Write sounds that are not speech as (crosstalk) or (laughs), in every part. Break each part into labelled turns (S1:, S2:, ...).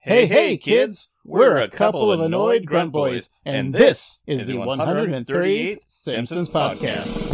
S1: Hey, hey, kids! We're a couple of annoyed grunt boys, and this is the 138th Simpsons Podcast.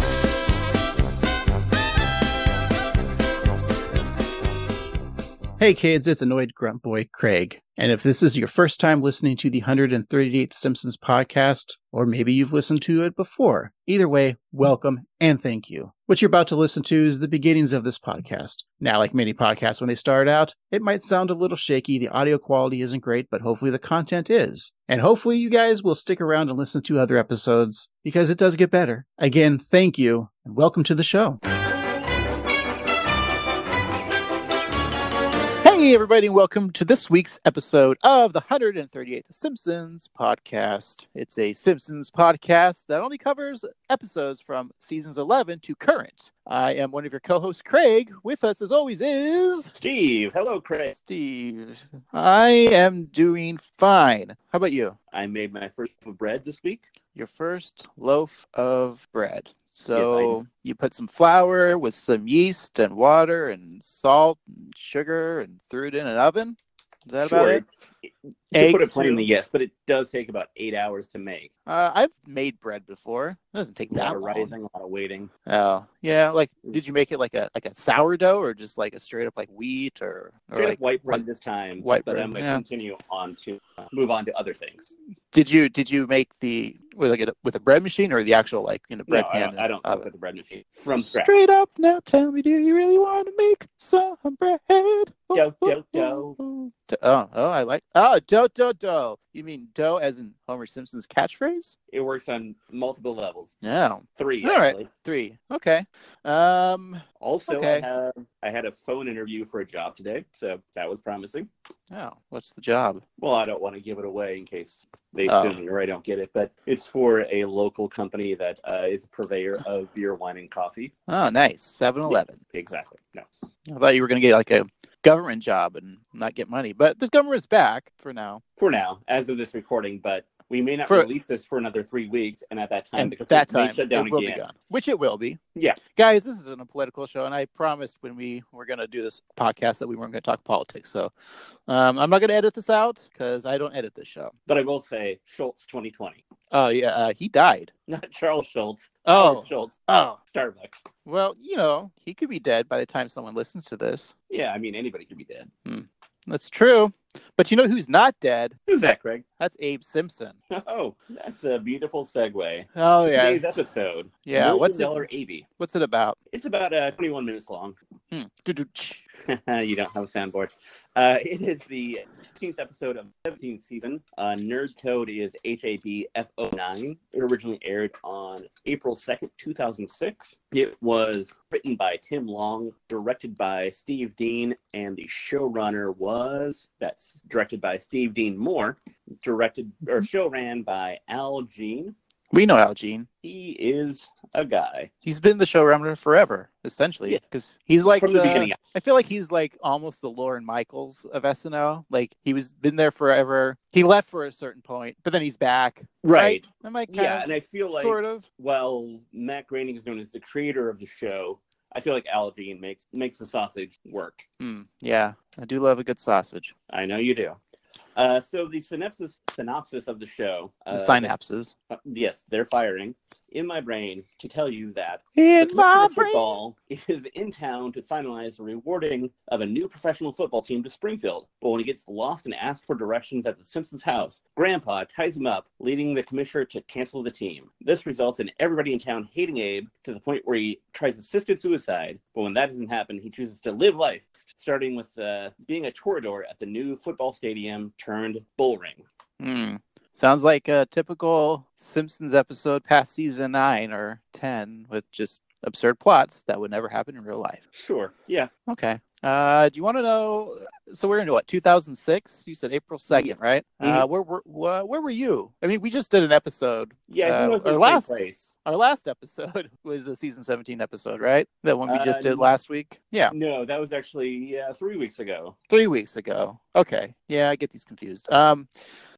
S2: Hey kids, it's annoyed grunt boy Craig. And if this is your first time listening to the 138th Simpsons podcast, or maybe you've listened to it before, either way, welcome and thank you. What you're about to listen to is the beginnings of this podcast. Now, like many podcasts when they start out, it might sound a little shaky, the audio quality isn't great, but hopefully the content is. And hopefully you guys will stick around and listen to other episodes because it does get better. Again, thank you and welcome to the show. Hey, everybody, and welcome to this week's episode of the 138th Simpsons podcast. It's a Simpsons podcast that only covers episodes from seasons 11 to current. I am one of your co hosts, Craig. With us, as always, is
S1: Steve, hello, Craig.
S2: Steve. I am doing fine. How about you?
S1: I made my first loaf of bread this week.
S2: Your first loaf of bread. So
S1: Yes,
S2: you put some flour with some yeast and water and salt and sugar and threw it in an oven. Is that about
S1: Sure,
S2: it?
S1: To put
S2: Eggs,
S1: it plainly,
S2: too?
S1: yes, but it does take about eight hours to make.
S2: Uh, I've made bread before. It doesn't take
S1: A lot
S2: that
S1: of
S2: long.
S1: rising, a lot of waiting.
S2: Oh, yeah. Like, did you make it like a like a sourdough or just like a straight up like wheat or, or
S1: Straight
S2: like,
S1: up white bread this time,
S2: white
S1: but
S2: bread,
S1: I'm going to
S2: yeah.
S1: continue on to uh, move on to other things.
S2: did you did you make the with like a, with a bread machine or the actual like you know bread
S1: no, I
S2: pan?
S1: don't, I don't
S2: oven?
S1: cook with the bread machine from scratch.
S2: Straight up now, tell me, do you really want to make some bread?
S1: Dough, dough, dough.
S2: dough. Oh, oh, I like. Oh, dough, dough, dough. You mean dough as in Homer Simpson's catchphrase?
S1: It works on multiple levels.
S2: No,
S1: Three,
S2: All right.
S1: actually.
S2: three. Okay. Um.
S1: Also,
S2: Okay.
S1: I, have, I had a phone interview for a job today, so that was promising.
S2: Oh, what's the job?
S1: Well, I don't want to give it away in case they
S2: Oh.
S1: sue me or I don't get it, but it's for a local company that uh, is a purveyor of beer, wine, and coffee.
S2: Oh, nice. Seven Eleven.
S1: Exactly. No.
S2: I thought you were going to get like a government job and not get money, but the government's back for now.
S1: For now, as of this recording, but we may not
S2: For-
S1: release this for another three weeks, and at that time,
S2: And
S1: the company
S2: that time,
S1: may shut down
S2: it will
S1: again.
S2: be gone, which it will be.
S1: Yeah.
S2: Guys, this isn't a political show, and I promised when we were going to do this podcast that we weren't going to talk politics. So um, I'm not going to edit this out because I don't edit this show.
S1: But I will say, Schultz 2020,
S2: Oh, yeah. Uh, he died.
S1: (laughs) not Charles Schultz.
S2: Oh.
S1: Charles Schultz.
S2: Oh.
S1: Starbucks.
S2: Well, you know, he could be dead by the time someone listens to this.
S1: Yeah, I mean, anybody could be dead.
S2: That's true. But you know who's not dead?
S1: Who's that, Craig? (laughs)
S2: That's Abe Simpson.
S1: Oh, that's a beautiful segue.
S2: Oh, yeah.
S1: Today's episode.
S2: Yeah.
S1: Million
S2: What's
S1: dollar
S2: it,
S1: AB?
S2: what's it about?
S1: It's about uh, 21 minutes long.
S2: Hmm. Doo-doo-tsh.
S1: (laughs) you don't have a soundboard. Uh, it is the 16th episode of 17th season. Uh, Nerd Code is HABF09. It originally aired on April 2nd, 2006. It was written by Tim Long, directed by Steve Dean, and the showrunner was that's directed by Steve Dean Moore, directed or
S2: Mm-hmm.
S1: showran by Al Jean.
S2: We know Al Jean.
S1: He is a guy
S2: He's been the showrunner forever, essentially,
S1: Yeah.
S2: because he's like
S1: from the beginning.
S2: I feel like he's like almost the Lauren Michaels of SNL. Like he was been there forever. He left for a certain point, but then he's back.
S1: Right.
S2: Am I kind
S1: Yeah,
S2: of,
S1: and I feel like
S2: sort of?
S1: while Matt Groening is known as the creator of the show, I feel like Al Jean makes makes the sausage work.
S2: Hmm, yeah, I do love a good sausage.
S1: I know you do. Uh, so the synopsis synopsis of the show.
S2: The
S1: Uh,
S2: synapses.
S1: uh, yes, they're firing in my brain to tell you that the
S2: In
S1: Commissioner
S2: my
S1: of
S2: brain.
S1: football is in town to finalize the rewarding of a new professional football team to Springfield. But when he gets lost and asks for directions at the Simpsons' house, Grandpa ties him up, leading the commissioner to cancel the team. This results in everybody in town hating Abe to the point where he tries assisted suicide. But when that doesn't happen, he chooses to live life, starting with uh, being a torador at the new football stadium turned bullring.
S2: Hmm. Sounds like a typical Simpsons episode past season nine or ten with just absurd plots that would never happen in real life.
S1: Sure. Yeah.
S2: Okay. Uh, do you want to know? So we're into what 2006? You said April 2nd, right? Uh,
S1: Mm-hmm.
S2: where were where, where were you? I mean, we just did an episode.
S1: Yeah. I
S2: Uh,
S1: think it was the
S2: our
S1: same
S2: last-
S1: place.
S2: Our last episode (laughs) was a season 17 episode, right? That one we just
S1: Uh,
S2: did last week. Yeah,
S1: No, that was actually uh, three weeks ago.
S2: three weeks ago. Okay. Yeah, I get these confused. Um,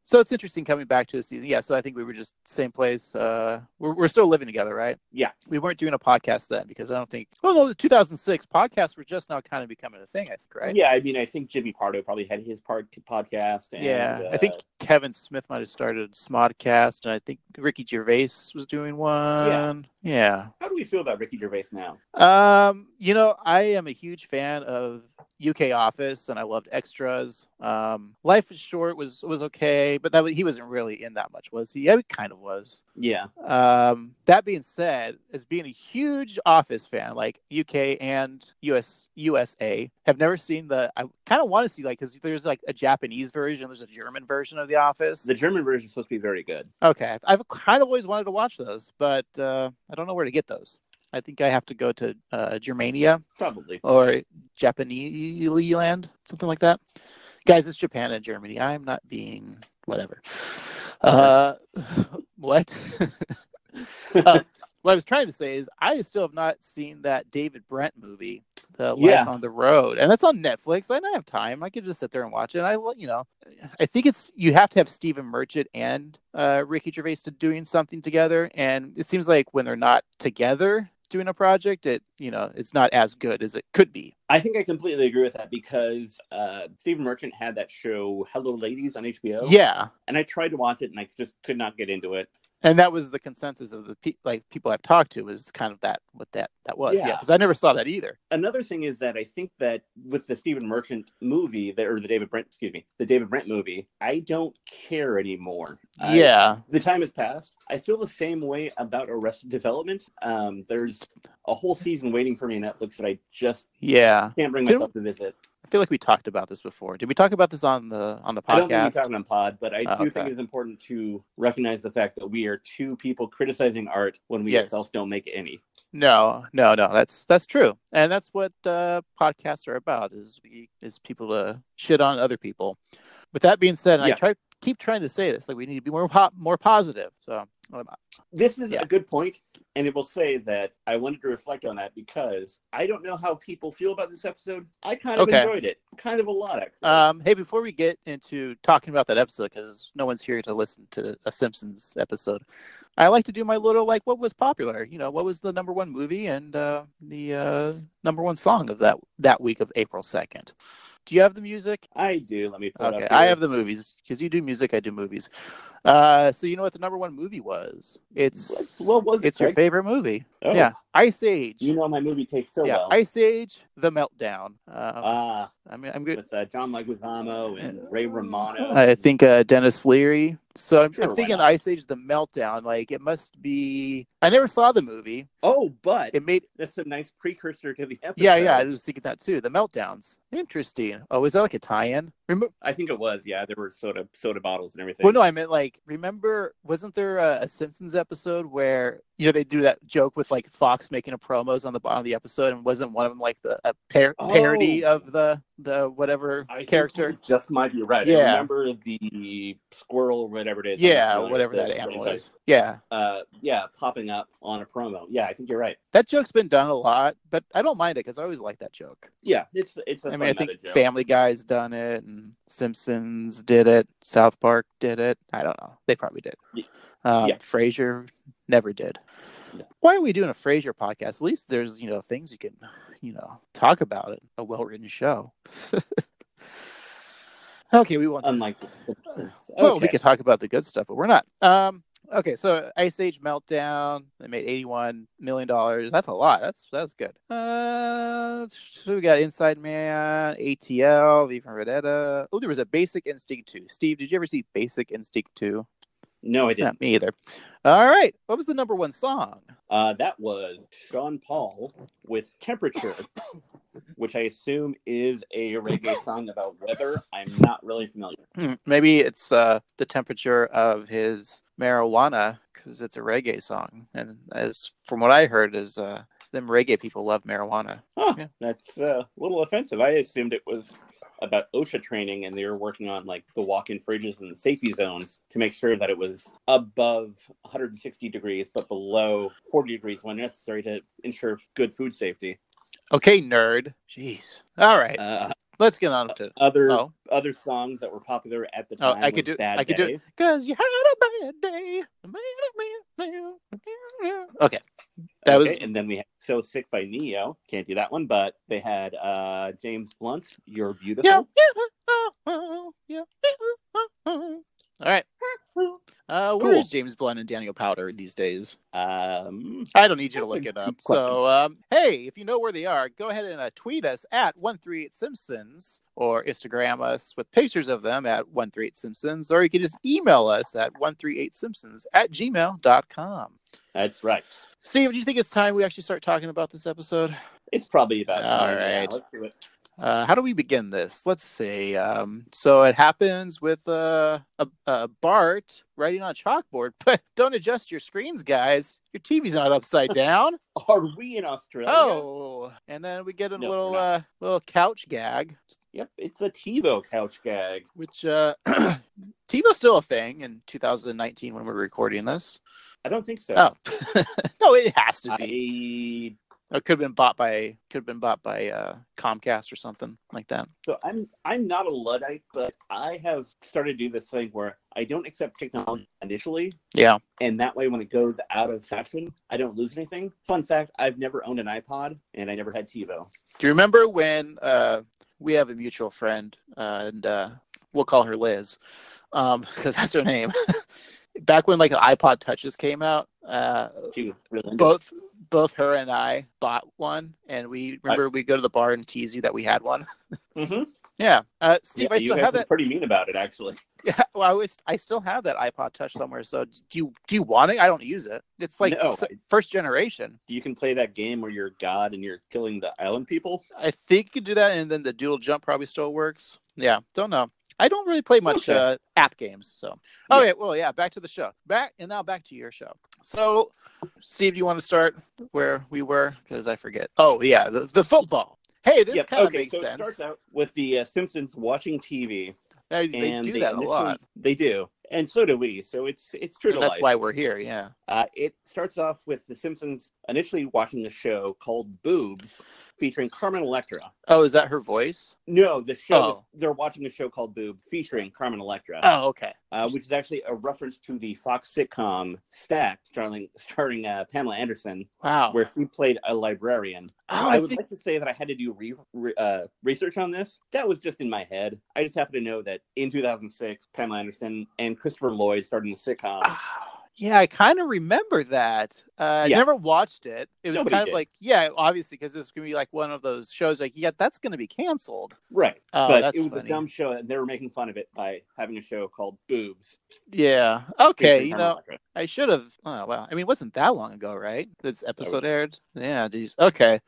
S2: So it's interesting coming back to the season. Yeah, so I think we were just same place. Uh, we're, we're still living together, right?
S1: Yeah.
S2: We weren't doing a podcast then because I don't think. Well, no, the 2006 podcasts were just now kind of becoming a thing. I think, right?
S1: Yeah, I mean, I think Jimmy Pardo probably had his part podcast. And,
S2: yeah,
S1: uh,
S2: I think Kevin Smith might have started Smodcast, and I think Ricky Gervais was doing one. Yeah.
S1: How do we feel about Ricky Gervais now?
S2: Um, you know, I am a huge fan of UK Office, and I loved Extras. Um, Life is Short was was okay, but that was, he wasn't really in that much, was he? Yeah, he kind of was.
S1: Yeah,
S2: Um, that being said, as being a huge Office fan, like UK and US USA, have never seen the. I kind of want to see like because there's like a Japanese version, there's a German version of The Office.
S1: the German version is supposed to be very good.
S2: Okay, I've- I've kind of always wanted to watch those, but uh, I don't know where to get those. I think I have to go to uh, Germania
S1: Probably.
S2: or Japanese land, something like that. Guys, it's Japan and Germany. I'm not being whatever. Uh, what? (laughs) uh, what I was trying to say is I still have not seen that David Brent movie, The Life
S1: Yeah.
S2: on the Road, and that's on Netflix. I don't have time. I could just sit there and watch it. I, lo- you know, I think it's you have to have Stephen Merchant and uh, Ricky Gervais to doing something together, and it seems like when they're not together doing a project, it you know it's not as good as it could be.
S1: I think I completely agree with that because uh, Stephen Merchant had that show Hello Ladies on HBO.
S2: Yeah,
S1: and I tried to watch it and I just could not get into it.
S2: and that was the consensus of the pe- like people I've talked to was kind of that what that that was. Yeah,
S1: Yeah.
S2: because I never saw that either.
S1: Another thing is that I think that with the Stephen Merchant movie, that, or the David Brent, excuse me, the David Brent movie, I don't care anymore. I-
S2: yeah,
S1: the time has passed. I feel the same way about Arrested Development. Um, there's a whole season waiting for me on Netflix that I just
S2: yeah.
S1: can't bring
S2: Didn't-
S1: myself to visit.
S2: I feel like we talked about this before. Did we talk about this on the on the
S1: I don't think
S2: podcast?
S1: we're talking on pod, but I
S2: Oh,
S1: do
S2: okay.
S1: think it's important to recognize the fact that we are two people criticizing art when we
S2: Yes.
S1: ourselves don't make any.
S2: No, no, no. That's that's true, and that's what uh, podcasts are about: is we is people to shit on other people. With that being said, and I
S1: Yeah.
S2: try keep trying to say this like we need to be more po- more positive. So um,
S1: This is
S2: Yeah.
S1: a good point, and it will say that I wanted to reflect on that because I don't know how people feel about this episode. I kind of
S2: Okay.
S1: enjoyed it, kind of a lot. Actually.
S2: Um, hey, before we get into talking about that episode, because no one's here to listen to a Simpsons episode, I like to do my little like, what was popular? You know, what was the number one movie and uh, the uh, number one song of that that week of April second? Do you have the music?
S1: I do. Let me. Pull it
S2: Okay,
S1: up
S2: I
S1: here.
S2: have the movies because you do music, I do movies. Uh, so you know what the number one movie was? It's
S1: What, what was it,
S2: it's your
S1: Craig?
S2: favorite movie.
S1: Oh,
S2: Yeah, Ice Age.
S1: You know my movie tastes so
S2: yeah,
S1: well.
S2: Ice Age, The Meltdown. Um,
S1: Ah,
S2: I mean, I'm good.
S1: with uh, John Leguizamo and Ray Romano.
S2: I think uh, Dennis Leary. So I'm,
S1: Sure,
S2: I'm
S1: why
S2: thinking
S1: not?
S2: Ice Age: The Meltdown. Like it must be. I never saw the movie.
S1: oh, but
S2: It made.
S1: that's a nice precursor to the episode.
S2: Yeah, yeah. I was thinking that too. The Meltdowns. Interesting. Oh, is that like a tie-in? Remember?
S1: I think it was. Yeah, there were soda soda bottles and everything.
S2: Well, no, I meant like remember. Wasn't there a, a Simpsons episode where you know they do that joke with like Fox making a promos on the bottom of the episode, and wasn't one of them like the a par-
S1: Oh.
S2: parody of the the whatever
S1: I think
S2: character?
S1: you just might be right.
S2: Yeah.
S1: I remember the squirrel, or whatever it is. I'm not
S2: Yeah,
S1: familiar
S2: whatever
S1: with
S2: that
S1: the
S2: animal
S1: franchise.
S2: is. Yeah.
S1: Uh, yeah, popping up on a promo. Yeah, I think you're right.
S2: That joke's been done a lot, but I don't mind it because I always like that joke.
S1: Yeah, it's it's a
S2: I
S1: fun
S2: mean, I
S1: meta
S2: think
S1: joke.
S2: Family Guy's done it, and Simpsons did it, South Park did it. I don't know; they probably did.
S1: Ye-
S2: Um,
S1: yeah.
S2: Frasier never did.
S1: No.
S2: Why are we doing a Frasier podcast? At least there's you know things you can you know talk about it. A well written show. (laughs) okay, we won't.
S1: Unlike the Simpsons.
S2: Well, we
S1: Okay.
S2: could talk about the good stuff, but we're not. Um, okay, so Ice Age Meltdown. They made eighty-one million dollars. That's a lot. That's that's good. Uh, so we got Inside Man, ATL, Viva Redetta. Oh, there was a Basic Instinct two. Steve, did you ever see Basic Instinct two?
S1: no, I didn't.
S2: Not me either. All right, what was the number one song?
S1: Uh, that was Sean Paul with Temperature, which I assume is a reggae song about weather. I'm not really familiar.
S2: Hmm, maybe it's uh the temperature of his marijuana because it's a reggae song, and as from what I heard, is uh them reggae people love marijuana.
S1: Huh,
S2: Yeah.
S1: That's uh, a little offensive. I assumed it was about OSHA training and they were working on like the walk in fridges and the safety zones to make sure that it was above 160 degrees but below 40 degrees when necessary to ensure good food safety.
S2: Okay, nerd. Jeez. All right.
S1: Uh,
S2: Let's get on to.
S1: Other
S2: Oh,
S1: other songs that were popular at the
S2: Oh,
S1: time.
S2: I could
S1: was
S2: do-
S1: Bad
S2: I could do it.
S1: Day.
S2: because you had a bad day. Okay,
S1: Okay,
S2: that was
S1: and then we had So Sick by Neo. Can't do that one, but they had uh James Blunt's You're Beautiful.
S2: yeah. All right. Uh, where
S1: Cool.
S2: is James Blunt and Daniel Powder these days?
S1: Um
S2: I don't need you to
S1: That's
S2: look
S1: a
S2: it up.
S1: good question.
S2: So, um, hey, if you know where they are, go ahead and uh, tweet us at 138simpsons or Instagram us with pictures of them at 138simpsons, or you can just email us at 138simpsons at gmail.com.
S1: that's right.
S2: Steve, do you think it's time we actually start talking about this episode?
S1: It's probably about
S2: All
S1: time. Yeah,
S2: right.
S1: let's do it.
S2: Uh, how do we begin this? Let's see. Um, so it happens with uh, a, a Bart writing on a chalkboard, (laughs) but don't adjust your screens, guys. Your TV's not upside down.
S1: Are we in Australia?
S2: oh, and then we get a
S1: No, we're
S2: little
S1: not.
S2: uh, little couch gag,
S1: Yep, it's a TiVo couch gag.
S2: which uh, (clears throat) TiVo's still a thing in 2019 when we're recording this.
S1: I don't think so.
S2: Oh, (laughs) no, it has to be.
S1: I
S2: It could have been bought by could have been bought by uh, Comcast or something like that.
S1: so I'm I'm not a luddite, but I have started to do this thing where I don't accept technology initially,
S2: Yeah.
S1: and that way when it goes out of fashion, I don't lose anything. Fun fact: I've never owned an iPod, and I never had TiVo.
S2: Do you remember when uh, we have a mutual friend, uh, and uh, we'll call her Liz, because (laughs) that's her name. Back when like the iPod touches came out, uh,
S1: She was really into
S2: both both her and I bought one, and we remember we go to the bar and tease you that we had one.
S1: it. hmm
S2: yeah, uh, Steve,
S1: Yeah,
S2: I
S1: you
S2: still
S1: guys
S2: have
S1: were
S2: that. (laughs)
S1: pretty mean about it, actually.
S2: Yeah, well, I was, I still have that iPod Touch somewhere. So do you do you want it? I don't use it. It's like
S1: No.
S2: s- first generation.
S1: You can play that game where you're God and you're killing the island people.
S2: I think you could do that, and then the dual jump probably still works. Yeah, don't know. I don't really play much
S1: Okay.
S2: uh, app games, so.
S1: Yeah.
S2: All right, well, yeah, back to the show. Back and now back to your show. So, Steve, do you want to start where we were? Because I forget. Oh yeah, the, the football. Hey, this
S1: Yep,
S2: kind of
S1: okay,
S2: makes
S1: so it
S2: sense.
S1: starts out with the uh, Simpsons watching TV,
S2: They, they
S1: and
S2: do
S1: they
S2: that a
S1: initially-
S2: lot.
S1: They do, and so do we. So it's it's true to
S2: And that's
S1: life.
S2: why we're here. Yeah.
S1: Uh, it starts off with The Simpsons initially watching a show called Boobs featuring Carmen Electra.
S2: Oh, is that her voice?
S1: No, the show
S2: Oh.
S1: is, they're watching a show called Boobs featuring Carmen Electra,
S2: Oh, okay.
S1: uh, which is actually a reference to the Fox sitcom Stacked, starring starring uh, Pamela Anderson,
S2: Wow.
S1: where she played a librarian.
S2: oh,
S1: I
S2: I
S1: would
S2: think-
S1: like to say that I had to do re- re- uh, research on this. That was just in my head. I just happen to know that in 2006, Pamela Anderson and Christopher Lloyd started the sitcom.
S2: Ah, (sighs) Yeah, I kind of remember that. Uh, I
S1: Yeah.
S2: never watched it. It was
S1: Nobody
S2: kind of
S1: did.
S2: like, yeah, obviously, because it's gonna be like one of those shows. Like, yeah, that's gonna be canceled.
S1: Right.
S2: Oh,
S1: but
S2: that's
S1: it was
S2: funny.
S1: a dumb show, and they were making fun of it by having a show called Boobs.
S2: Yeah. Okay.
S1: featuring
S2: You
S1: Carmen
S2: know,
S1: Electra.
S2: I should have. Oh well. I mean, it wasn't that long ago, right? This episode
S1: was-
S2: aired. Yeah. Geez. Okay.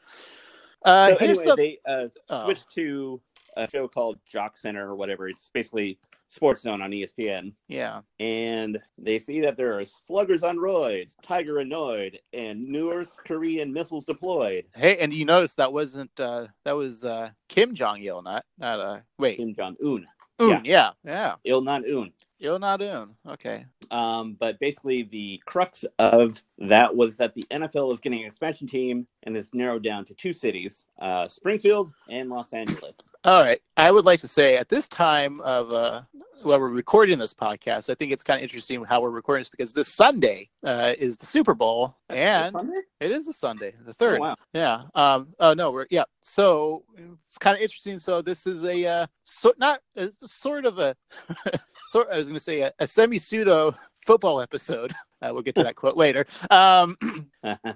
S2: Uh,
S1: so
S2: here's
S1: anyway,
S2: some-
S1: they uh,
S2: Oh.
S1: switched to a show called Jock Center or whatever. It's basically Sports Zone on E ESPN.
S2: Yeah.
S1: And they see that there are sluggers on roids, tiger annoyed, and New Earth Korean missiles deployed.
S2: Hey, and you notice that wasn't uh that was uh Kim Jong Il, not not uh wait.
S1: Kim Jong Un,
S2: Un, yeah. Yeah.
S1: Il Nan Un.
S2: Il not Un. Okay.
S1: Um, but basically, the crux of that was that the NFL is getting an expansion team, and it's narrowed down to two cities: uh, Springfield and Los Angeles.
S2: All right. I would like to say at this time of uh, while we're recording this podcast, I think it's kind of interesting how we're recording this because this Sunday uh, is the Super Bowl,
S1: That's
S2: and
S1: on there?
S2: it is the Sunday, the
S1: Oh,
S2: third.
S1: wow. (laughs)
S2: Yeah. Um. Oh no. We're yeah. So it's kind of interesting. So this is a uh, so not a, sort of a (laughs) sort. I was going to say a, a semi pseudo football episode. Uh, we'll get to that quote later. Um.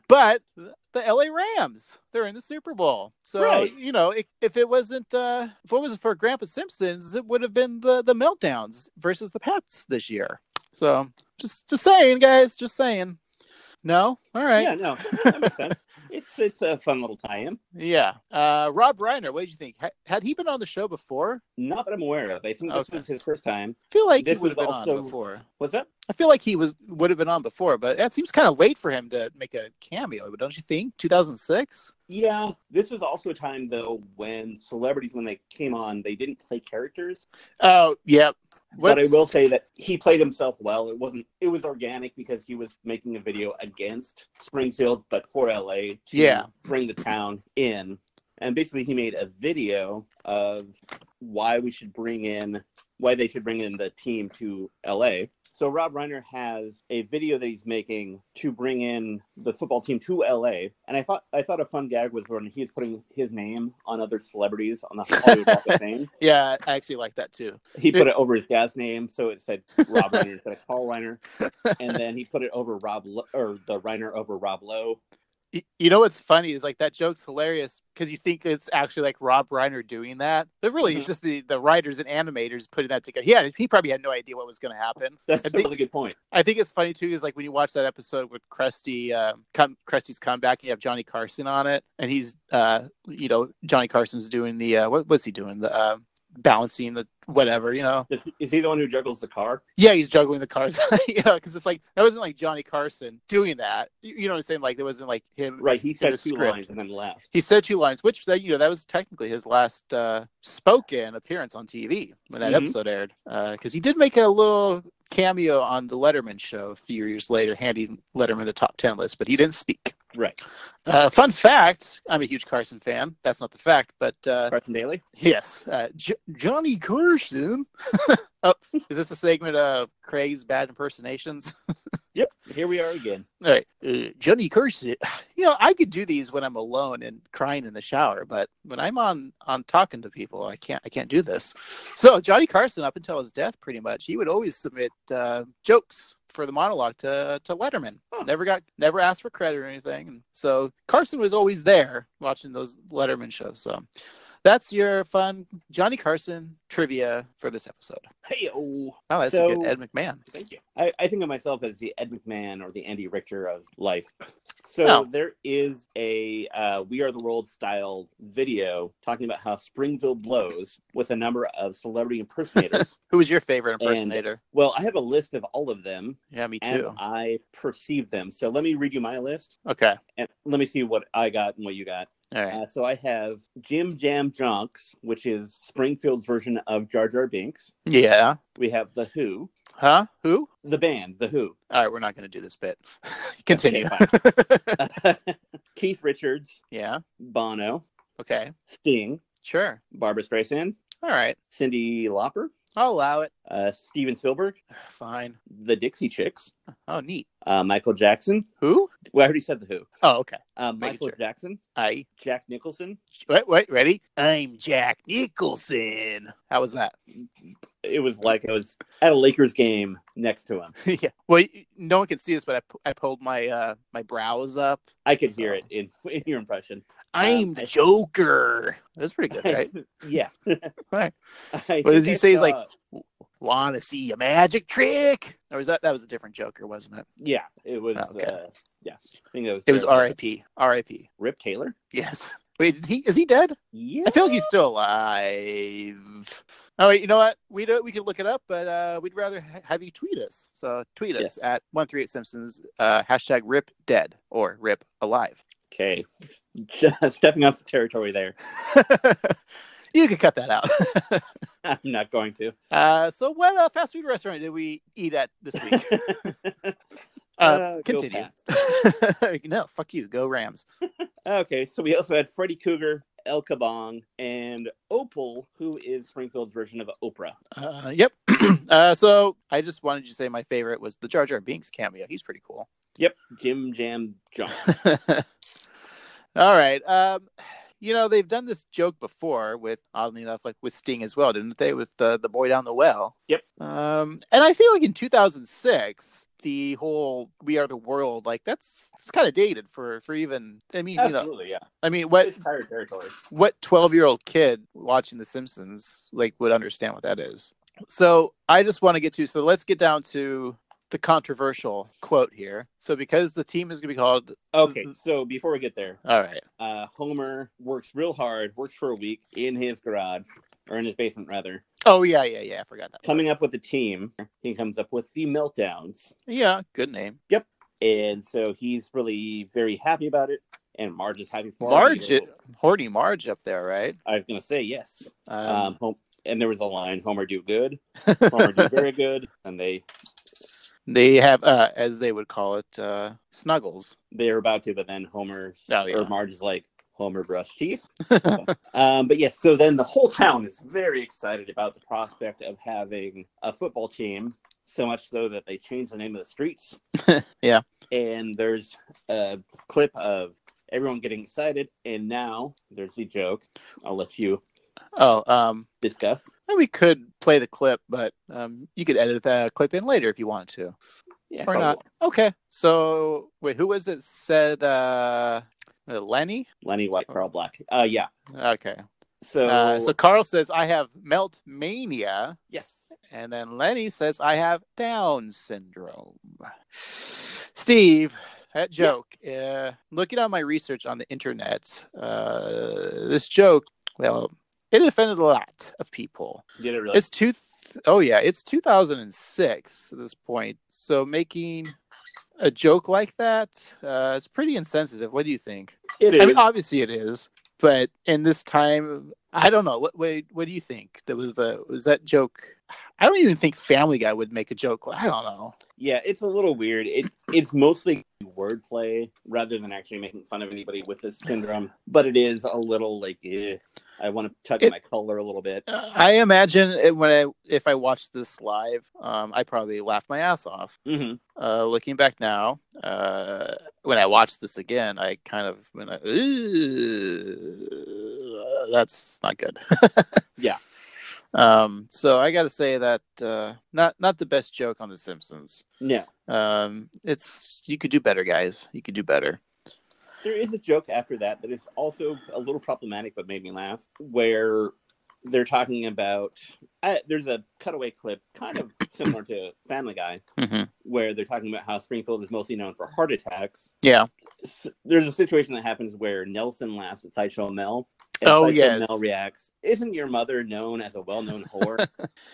S2: But the LA Rams, they're in the Super Bowl. So,
S1: Right.
S2: you know, if, if it wasn't uh if it wasn't for Grandpa Simpsons, it would have been the the meltdowns versus the Pats this year. So, just just saying, guys, just saying. No? All right.
S1: Yeah, no, that makes
S2: (laughs)
S1: sense. It's it's a fun little tie-in.
S2: Yeah. Uh Rob Reiner, what did you think? Ha- had he been on the show before?
S1: Not that I'm aware of. I think this
S2: Okay.
S1: was his first time.
S2: I feel like
S1: This
S2: he would have
S1: was
S2: been
S1: also-
S2: on before.
S1: What's that?
S2: I feel like he was would have been on before, but that seems kind of late for him to make a cameo, don't you think? 2006?
S1: Yeah, this was also a time though when celebrities, when they came on, they didn't play characters.
S2: Oh, yep.
S1: But I
S2: What's-
S1: will say that he played himself well. It wasn't. It was organic because he was making a video against Springfield, but for LA to
S2: Yeah.
S1: bring the town in. and basically he made a video of why we should bring in why they should bring in the team to LA. So Rob Reiner has a video that he's making to bring in the football team to LA, and I thought I thought a fun gag was when he's putting his name on other celebrities
S2: (laughs)
S1: on the Hollywood Walk of Fame.
S2: Yeah, I actually like that too.
S1: He put it over his dad's name, so it said
S2: (laughs)
S1: Rob Reiner instead of Carl Reiner, and then he put it over Rob Lo- or the Reiner over Rob Lowe.
S2: Y- You know what's funny is like that joke's hilarious because you think it's actually like Rob Reiner doing that, but really it's just the the writers and animators putting that together. Yeah, he probably had no idea what was going to happen.
S1: That's
S2: I
S1: a
S2: think-
S1: really good point.
S2: I think it's funny too is like when you watch that episode with Krusty, um, come, Krusty's comeback, and you have Johnny Carson on it, and he's, uh, you know, Johnny Carson's doing the uh, what was he doing the uh, balancing the whatever, you know?
S1: Is, is he the one who juggles the car?
S2: Yeah, he's juggling the cars, (laughs) you know, because it's like that wasn't like Johnny Carson doing that. You, you know what I'm saying? Like there wasn't like him.
S1: Right, he said
S2: the
S1: two
S2: script.
S1: lines and then left.
S2: He said two lines, which that you know that was technically his last uh, spoken appearance on TV when that
S1: Mhm.
S2: episode aired, because he did make a little cameo on the Letterman show a few years later, handing Letterman the top ten list, but he didn't speak.
S1: Right,
S2: Uh, fun fact: I'm a huge Carson fan. That's not the fact, but uh,
S1: Carson Daly.
S2: yes, uh, J- Johnny Carson. (laughs) oh, is this a segment of Craig's bad impersonations?
S1: Yep, here we are again.
S2: All right, uh, Johnny Carson. You know, I could do these when I'm alone and crying in the shower, but when I'm on on talking to people, I can't. I can't do this. So Johnny Carson, up until his death, pretty much, he would always submit uh, jokes for the monologue to to Letterman. Never got, never asked for credit or anything. And so Carson was always there watching those Letterman shows. So that's your fun Johnny Carson trivia for this episode.
S1: Hey, oh,
S2: Oh, that's a
S1: So-
S2: good Ed McMahon.
S1: thank you. I, I think of myself as the Ed McMahon or the Andy Richter of life. So
S2: Oh.
S1: there is a uh, We Are the World style video talking about how Springville blows with a number of celebrity impersonators.
S2: Who was your favorite impersonator?
S1: well, I have a list of all of them
S2: yeah, me
S1: as
S2: too.
S1: I perceive them. So let me read you my list
S2: Okay,
S1: and let me see what I got and what you got.
S2: all right.
S1: Uh, so I have Jim Jam Jonks, which is Springfield's version of Jar Jar Binks.
S2: Yeah.
S1: We have The Who,
S2: Huh? Who?
S1: the band, The Who.
S2: All right, we're not going to do this bit. (laughs) Continue. (laughs)
S1: (laughs) Keith Richards,
S2: yeah.
S1: Bono,
S2: Okay.
S1: Sting,
S2: Sure.
S1: Barbara Streisand,
S2: All right.
S1: Cindy Lauper,
S2: I'll allow it. (sighs)
S1: uh, Steven Spielberg,
S2: Fine.
S1: the Dixie Chicks,
S2: Oh, neat.
S1: uh, Michael Jackson.
S2: Who?
S1: Well, I already said the Who.
S2: Oh, okay.
S1: Uh,
S2: Making
S1: Michael
S2: sure.
S1: Jackson,
S2: I.
S1: Jack Nicholson.
S2: Wait, wait, ready? I'm Jack Nicholson. How was that? (laughs)
S1: It was like I was at a Lakers game next to him.
S2: yeah. Well, y- no one can see this, but I, pu- I pulled my uh my brows up.
S1: I could hear it in, (laughs) in your impression.
S2: I'm
S1: Um,
S2: the
S1: I-
S2: Joker. That's pretty good, right?
S1: yeah.
S2: Right.
S1: I
S2: What does he
S1: think I
S2: say? He's like-
S1: saw-
S2: Want to see a magic trick? Or was that that was a different Joker, wasn't it?
S1: yeah, it was.
S2: Oh, Okay.
S1: Uh, yeah, I think it was.
S2: It was
S1: Derek-
S2: R.I.P. R.I.P.
S1: Rip Taylor.
S2: Yes. Wait, did he is he dead?
S1: Yeah.
S2: I feel like he's still alive. Oh, wait, you know what? We do, we could look it up, but uh, we'd rather ha- have you tweet us. So tweet us
S1: Yes.
S2: at one three eight Simpsons uh, hashtag Rip Dead or Rip Alive. (laughs)
S1: Okay. (laughs) Stepping off the territory there. (laughs)
S2: you could cut that out. (laughs)
S1: I'm not going to. (laughs)
S2: uh, so, what uh, fast food restaurant did we eat at this week? Uh,
S1: Uh, go
S2: continue.
S1: Pats.
S2: (laughs) no, fuck you. Go Rams.
S1: Okay, so we also had Freddy Cougar, El Kabong, and Opal, who is Springfield's version of Oprah.
S2: Uh, yep. (clears throat) uh, so, I just wanted you to say my favorite was the Jar Jar Binks cameo. He's pretty cool.
S1: Yep, Jim Jam Jump.
S2: (laughs) All right. Um, you know they've done this joke before with oddly enough, like with Sting as well, didn't they? With the the boy down the well.
S1: Yep.
S2: Um, and I feel like in 2006, the whole "We Are the World" like that's it's kind of dated for for even. I mean, you know,
S1: Absolutely, yeah.
S2: I mean, what
S1: It's entire territory.
S2: what 12 year old kid watching the simpsons like would understand what that is so i just want to get to so let's get down to the controversial quote here so because the team is going to be called
S1: Okay,
S2: Mm-hmm.
S1: so before we get there,
S2: all right
S1: uh, Homer works real hard, works for a week in his garage, or in his basement, rather.
S2: oh yeah yeah yeah i forgot that
S1: Coming up with the team, he comes up with the meltdowns.
S2: yeah good name
S1: And so he's really very happy about it. And Marge is happy for
S2: marge
S1: him.
S2: it, horny marge up there right
S1: I was going to say yes.
S2: um,
S1: Um, home, and there was a line Homer do
S2: (laughs)
S1: good, Homer do very good. And they,
S2: they have uh as they would call it uh snuggles
S1: they're about to, but then Homer
S2: Oh, yeah.
S1: or Marge is like, Homer Brush
S2: (laughs)
S1: Teeth. um, but yes, so then the whole town is very excited about the prospect of having a football team, so much so that they changed the name of the streets.
S2: (laughs) Yeah.
S1: And there's a clip of everyone getting excited, and now there's the joke. I'll let you
S2: Oh, um,
S1: discuss.
S2: and we could play the clip, but um, you could edit that clip in later if you wanted to.
S1: Yeah,
S2: Or not. Okay. So wait, who was it? Said uh, uh, Lenny.
S1: Lenny White, Carl Black. Uh, yeah.
S2: Okay.
S1: So,
S2: Uh, so Carl says, "I have melt mania,"
S1: yes,
S2: and then Lenny says, "I have Down syndrome." Steve, that joke. Uh, looking at my research on the internet, uh, this joke, well, it offended a lot of people.
S1: did it really?
S2: It's two. Th- oh yeah, it's 2006 at this point. So making a joke like that, uh, it's pretty insensitive. What do you think?
S1: It is.
S2: I mean, obviously it is, but in this time, I don't know. What what, what do you think? That was the was that joke? I don't even think Family Guy would make a joke. like- I don't know.
S1: Yeah, it's a little weird. It it's mostly wordplay rather than actually making fun of anybody with this syndrome. But it is a little like eh, I want to tug at
S2: It-
S1: my collar a little bit.
S2: Uh, I imagine it, when I if I watched this live, um, I probably laughed my ass off.
S1: hmm
S2: Uh, looking back now, uh, when I watched this again, I kind of went, like, "Ooh, that's not good. (laughs)
S1: Yeah.
S2: Um, so I got to say that uh, not not the best joke on The Simpsons.
S1: No,
S2: Um, it's you could do better, guys. You could do better.
S1: there is a joke after that that is also a little problematic, but made me laugh. Where they're talking about I, there's a cutaway clip, kind of similar to Family Guy,
S2: hmm
S1: where they're talking about how Springfield is mostly known for heart attacks.
S2: Yeah.
S1: s- there's a situation that happens where Nelson laughs at Sideshow Mel. And
S2: Oh,
S1: Sideshow
S2: yes.
S1: Mel reacts, Isn't your mother known as a well known
S2: (laughs)
S1: whore?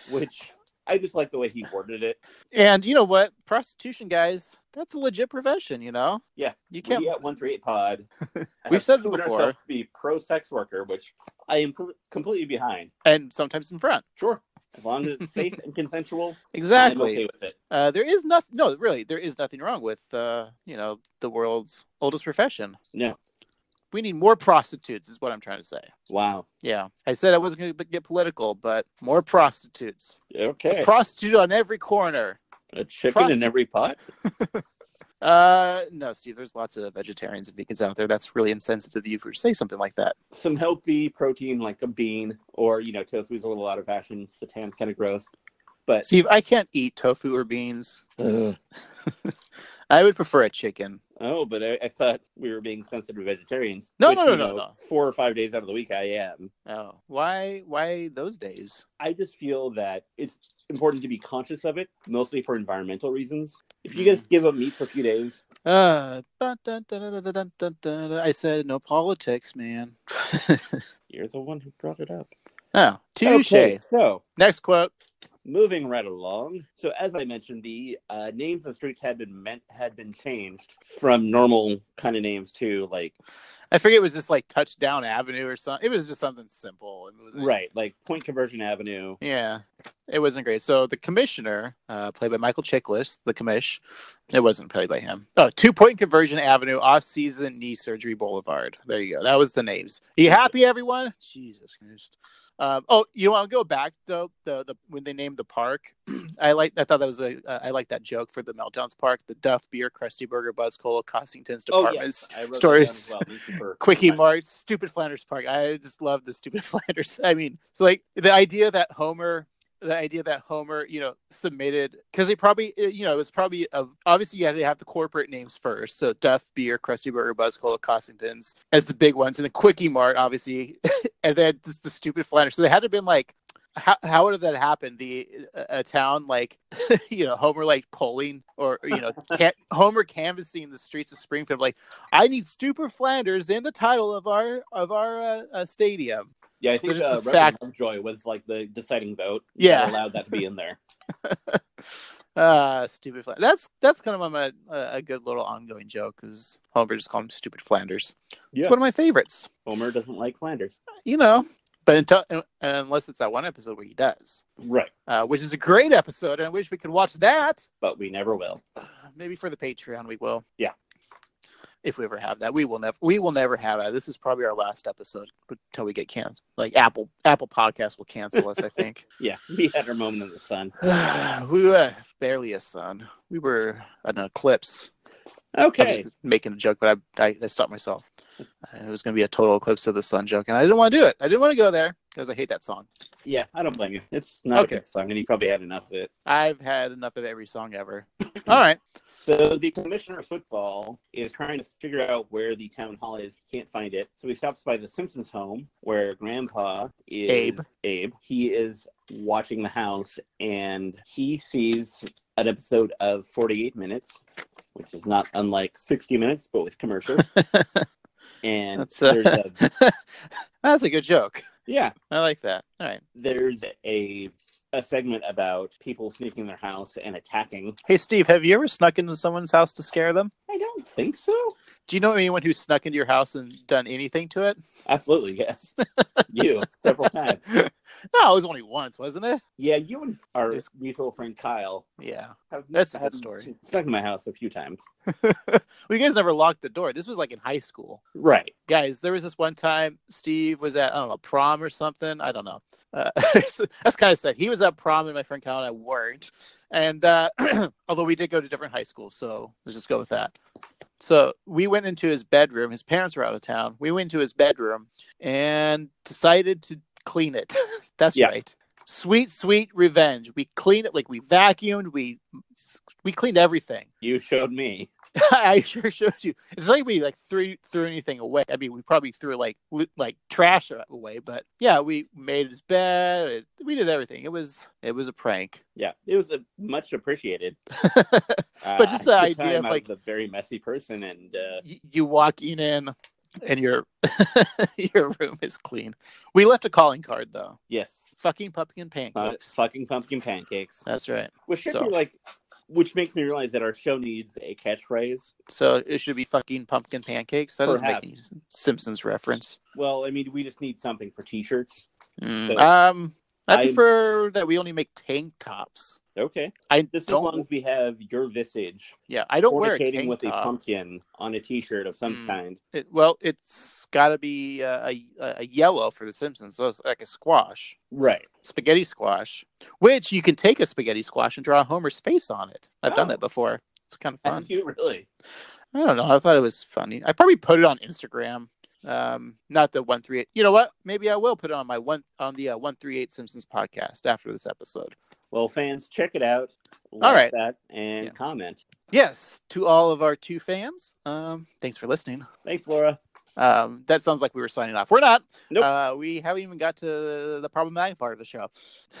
S1: Which I just like the way he worded it.
S2: And you know what? Prostitution, guys, that's a legit profession. You know.
S1: Yeah.
S2: You can't.
S1: We at 138 Pod.
S2: (laughs) We've said it
S1: proven
S2: before.
S1: ourselves to be pro sex worker, which I am com- completely behind.
S2: And sometimes in front.
S1: Sure. As long as it's safe and consensual, I'm
S2: (laughs) Exactly.
S1: okay with it.
S2: Uh, there is nothing. No, really, there is nothing wrong with uh, you know the world's oldest profession.
S1: No.
S2: We need more prostitutes, is what I'm trying to say.
S1: Wow.
S2: Yeah, I said I wasn't going to get political, but more prostitutes.
S1: Okay.
S2: Prostitute on every corner.
S1: A chicken
S2: Prost-
S1: in every pot?
S2: Uh, no, Steve. There's lots of vegetarians and vegans out there. That's really insensitive of you for to say something like that.
S1: Some healthy protein like a bean, or, you know, tofu's a little out of fashion. Satan's kind of gross. But
S2: Steve, I can't eat tofu or beans. I would prefer a chicken.
S1: Oh, but I, I thought we were being sensitive vegetarians.
S2: No,
S1: which,
S2: no, no,
S1: you
S2: no,
S1: know,
S2: no.
S1: Four or five days out of the week, I am.
S2: Oh, why? Why those days?
S1: I just feel that it's important to be conscious of it, mostly for environmental reasons. If
S2: Hmm.
S1: you guys give up meat for a few days,
S2: Uh, dun, dun, dun, dun, dun, dun, dun, dun. I said no politics, man.
S1: you're the one who brought it up.
S2: oh, touche.
S1: Okay, so
S2: Next quote.
S1: moving right along. So as I mentioned, the uh, names of streets had been meant had been changed from normal kind of names to like
S2: I forget it was just like Touchdown Avenue or something. It was just something simple. It was
S1: right, like Point Conversion Avenue.
S2: Yeah, it wasn't great. So the commissioner, uh, played by Michael Chiklis, the commish, it wasn't played by him. Oh, Two Point Conversion Avenue, off-season knee surgery Boulevard. There you go. That was the names. Are you happy, everyone? Jesus Christ. Um, oh, you want to go back though? The, the when they named the park, (clears throat) I like. I thought that was a. Uh, I like that joke for the meltdowns park. The Duff Beer, Krusty Burger, Buzzcola, Cossington's
S1: Oh,
S2: Departments,
S1: I wrote that down
S2: Oh, Stories.
S1: as well. Thank you for-
S2: (laughs) Quickie Mart, stupid Flanders Park. I just love the stupid (laughs) Flanders. I mean, so like the idea that Homer, the idea that Homer, you know, submitted because they probably, you know, it was probably a, obviously you had to have the corporate names first. So Duff Beer, Krusty Burger, Buzzcola, Cossingtons as the big ones, and then Quickie Mart, obviously, (laughs) and then just the stupid Flanders. So they had to have been like. How, how would that happen? The a, a town like (laughs) you know Homer like polling or you know (laughs) can, Homer canvassing the streets of Springfield like I need Stupid Flanders in the title of our of our uh, uh, stadium.
S1: Yeah, I
S2: So
S1: think
S2: just
S1: uh,
S2: the
S1: Reverend
S2: fact-
S1: Lovejoy was like the deciding vote.
S2: Yeah.
S1: that allowed that to be in
S2: (laughs)
S1: there.
S2: Uh Stupid Flanders. That's that's kind of my, my a good little ongoing joke is Homer just called him Stupid Flanders.
S1: Yeah.
S2: It's one of my favorites.
S1: Homer doesn't like Flanders,
S2: You know, but until unless it's that one episode where he does,
S1: right?
S2: uh, which is a great episode, and I wish we could watch that.
S1: But we never will.
S2: Maybe for the Patreon we will.
S1: Yeah.
S2: if we ever have that. We will never we will never have that. This is probably our last episode until we get canceled. Like Apple Apple Podcast will cancel us, I think.
S1: Yeah, (laughs) we had our moment in the sun.
S2: (sighs) we were barely a sun. We were an eclipse. I
S1: Okay.
S2: was making a joke, but I, I, I stopped myself. Uh, It was going to be a total eclipse of the sun joke, and I didn't want to do it. I didn't want to go there because I hate that song.
S1: Yeah, I don't blame you. It's not
S2: Okay.
S1: a good song, and you probably had enough of it.
S2: I've had enough of every song ever. All right. (laughs)
S1: So the commissioner of football is trying to figure out where the town hall is. He can't find it. So he stops by the Simpsons home where Grandpa is
S2: Abe.
S1: Abe. He is watching the house and he sees an episode of 48 minutes, which is not unlike 60 minutes, but with
S2: (laughs)
S1: commercials. and
S2: That's, uh,
S1: there's a,
S2: That's a good joke.
S1: yeah,
S2: I like that. All right.
S1: there's a a segment about people sneaking in their house and attacking.
S2: Hey, Steve, have you ever snuck into someone's house to scare them?
S1: I don't think so.
S2: Do you know anyone who's snuck into your house and done anything to it? (laughs)
S1: Absolutely, yes. you several times.
S2: No, it was only once, wasn't it?
S1: Yeah, you and our
S2: Just-
S1: mutual friend Kyle
S2: Yeah.
S1: have
S2: That's a good
S1: have
S2: story.
S1: Stuck in my house a few times.
S2: well, you guys never locked the door. This was like in high school.
S1: Right.
S2: guys there was this one time steve was at i don't know prom or something i don't know uh, (laughs) so that's kind of sad he was at prom and my friend kyle and i weren't and uh, (clears throat) although we did go to different high schools so let's just go with that so we went into his bedroom his parents were out of town we went to his bedroom and decided to clean it (laughs) that's
S1: Yeah.
S2: right sweet sweet revenge we cleaned it like we vacuumed we we cleaned everything
S1: You showed me.
S2: (laughs) I sure showed you. It's like we like threw threw anything away. I mean, we probably threw like li- like trash away, but yeah, we made his bed. It, we did everything. It was it was
S1: (laughs)
S2: a prank.
S1: Yeah, it was a, much appreciated. Uh,
S2: But just the
S1: at
S2: idea
S1: time,
S2: of,
S1: I
S2: like-
S1: was a very messy person, and uh,
S2: Y- you walk in in, and your (laughs) your room is clean. We left a calling card though.
S1: yes,
S2: Fucking pumpkin
S1: uh,
S2: pancakes.
S1: fucking pumpkin pancakes,
S2: That's right.
S1: which should
S2: so-
S1: be like, which makes me realize that our show needs a catchphrase.
S2: So it should be fucking pumpkin pancakes. That doesn't make
S1: Perhaps.
S2: any s- Simpsons reference.
S1: Well, I mean, we just need something for T-shirts.
S2: Mm,
S1: So,
S2: um, I
S1: I-
S2: prefer that we only make tank tops.
S1: Okay,
S2: I
S1: just as
S2: don't
S1: long as we have your visage
S2: Yeah, I don't wear a
S1: fornicating
S2: tank
S1: with a
S2: top.
S1: pumpkin on a T-shirt of some
S2: Mm.
S1: kind.
S2: It, well, it's got to be uh, a a yellow for the Simpsons, so it's like a squash,
S1: Right.
S2: spaghetti squash, which you can take a spaghetti squash and draw Homer's face on it. I've done
S1: Oh.
S2: that before. It's kind of
S1: Have
S2: fun.
S1: (laughs) you really?
S2: I don't know. I thought it was funny. I probably put it on Instagram. Um, not the one three eight. You know what? Maybe I will put it on my one on the uh, one three eight Simpsons podcast after this episode.
S1: Well, fans, check it out.
S2: All right.
S1: that and
S2: Yeah.
S1: comment.
S2: Yes, to all of our two fans. Um, thanks for listening.
S1: Thanks, Laura.
S2: Um, that sounds like we were signing off. We're not.
S1: Nope.
S2: Uh, we haven't even got to the problematic part of the show.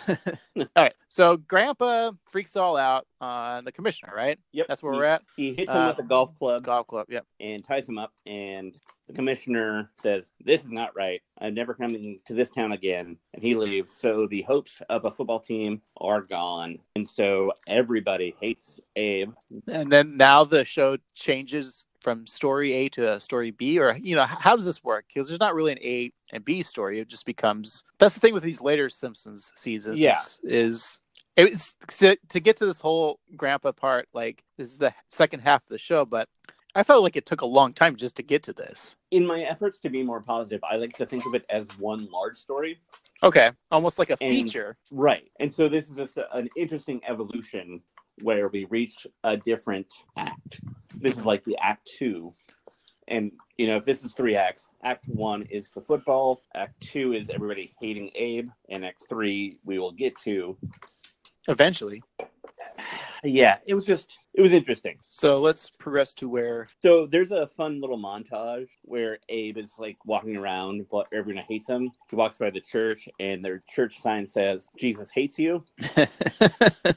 S2: all right. So Grandpa freaks all out on the commissioner, right?
S1: Yep,
S2: That's where
S1: he,
S2: we're at.
S1: He hits him
S2: Uh,
S1: with a golf club
S2: Golf club. Yep.
S1: and ties him up, and the commissioner says, "This is not right. I'm never coming to this town again." And he leaves. So the hopes of a football team are gone, and so everybody hates Abe.
S2: And then now the show changes from story A to uh, story B, or you know, h- how does this work? Because there's not really an A and B story. It just becomes. That's the thing with these later Simpsons seasons.
S1: Yeah.
S2: Is it's to, to get to this whole grandpa part. Like this is the second half of the show, but I felt like it took a long time just to get to this.
S1: In my efforts to be more positive, I like to think of it as one large story.
S2: Okay, almost like a
S1: And-
S2: feature.
S1: Right. And so this is just a, an interesting evolution where we reach a different act. This is like the act two. And, you know, if this is three acts, act one is the football, act two is everybody hating Abe, and act three we will get to.
S2: Eventually.
S1: Yeah, it was just, it was interesting.
S2: So let's progress to (laughs) where.
S1: So there's a fun little montage where Abe is like walking around, but everyone hates him. He walks by the church, and their church sign says, Jesus hates you.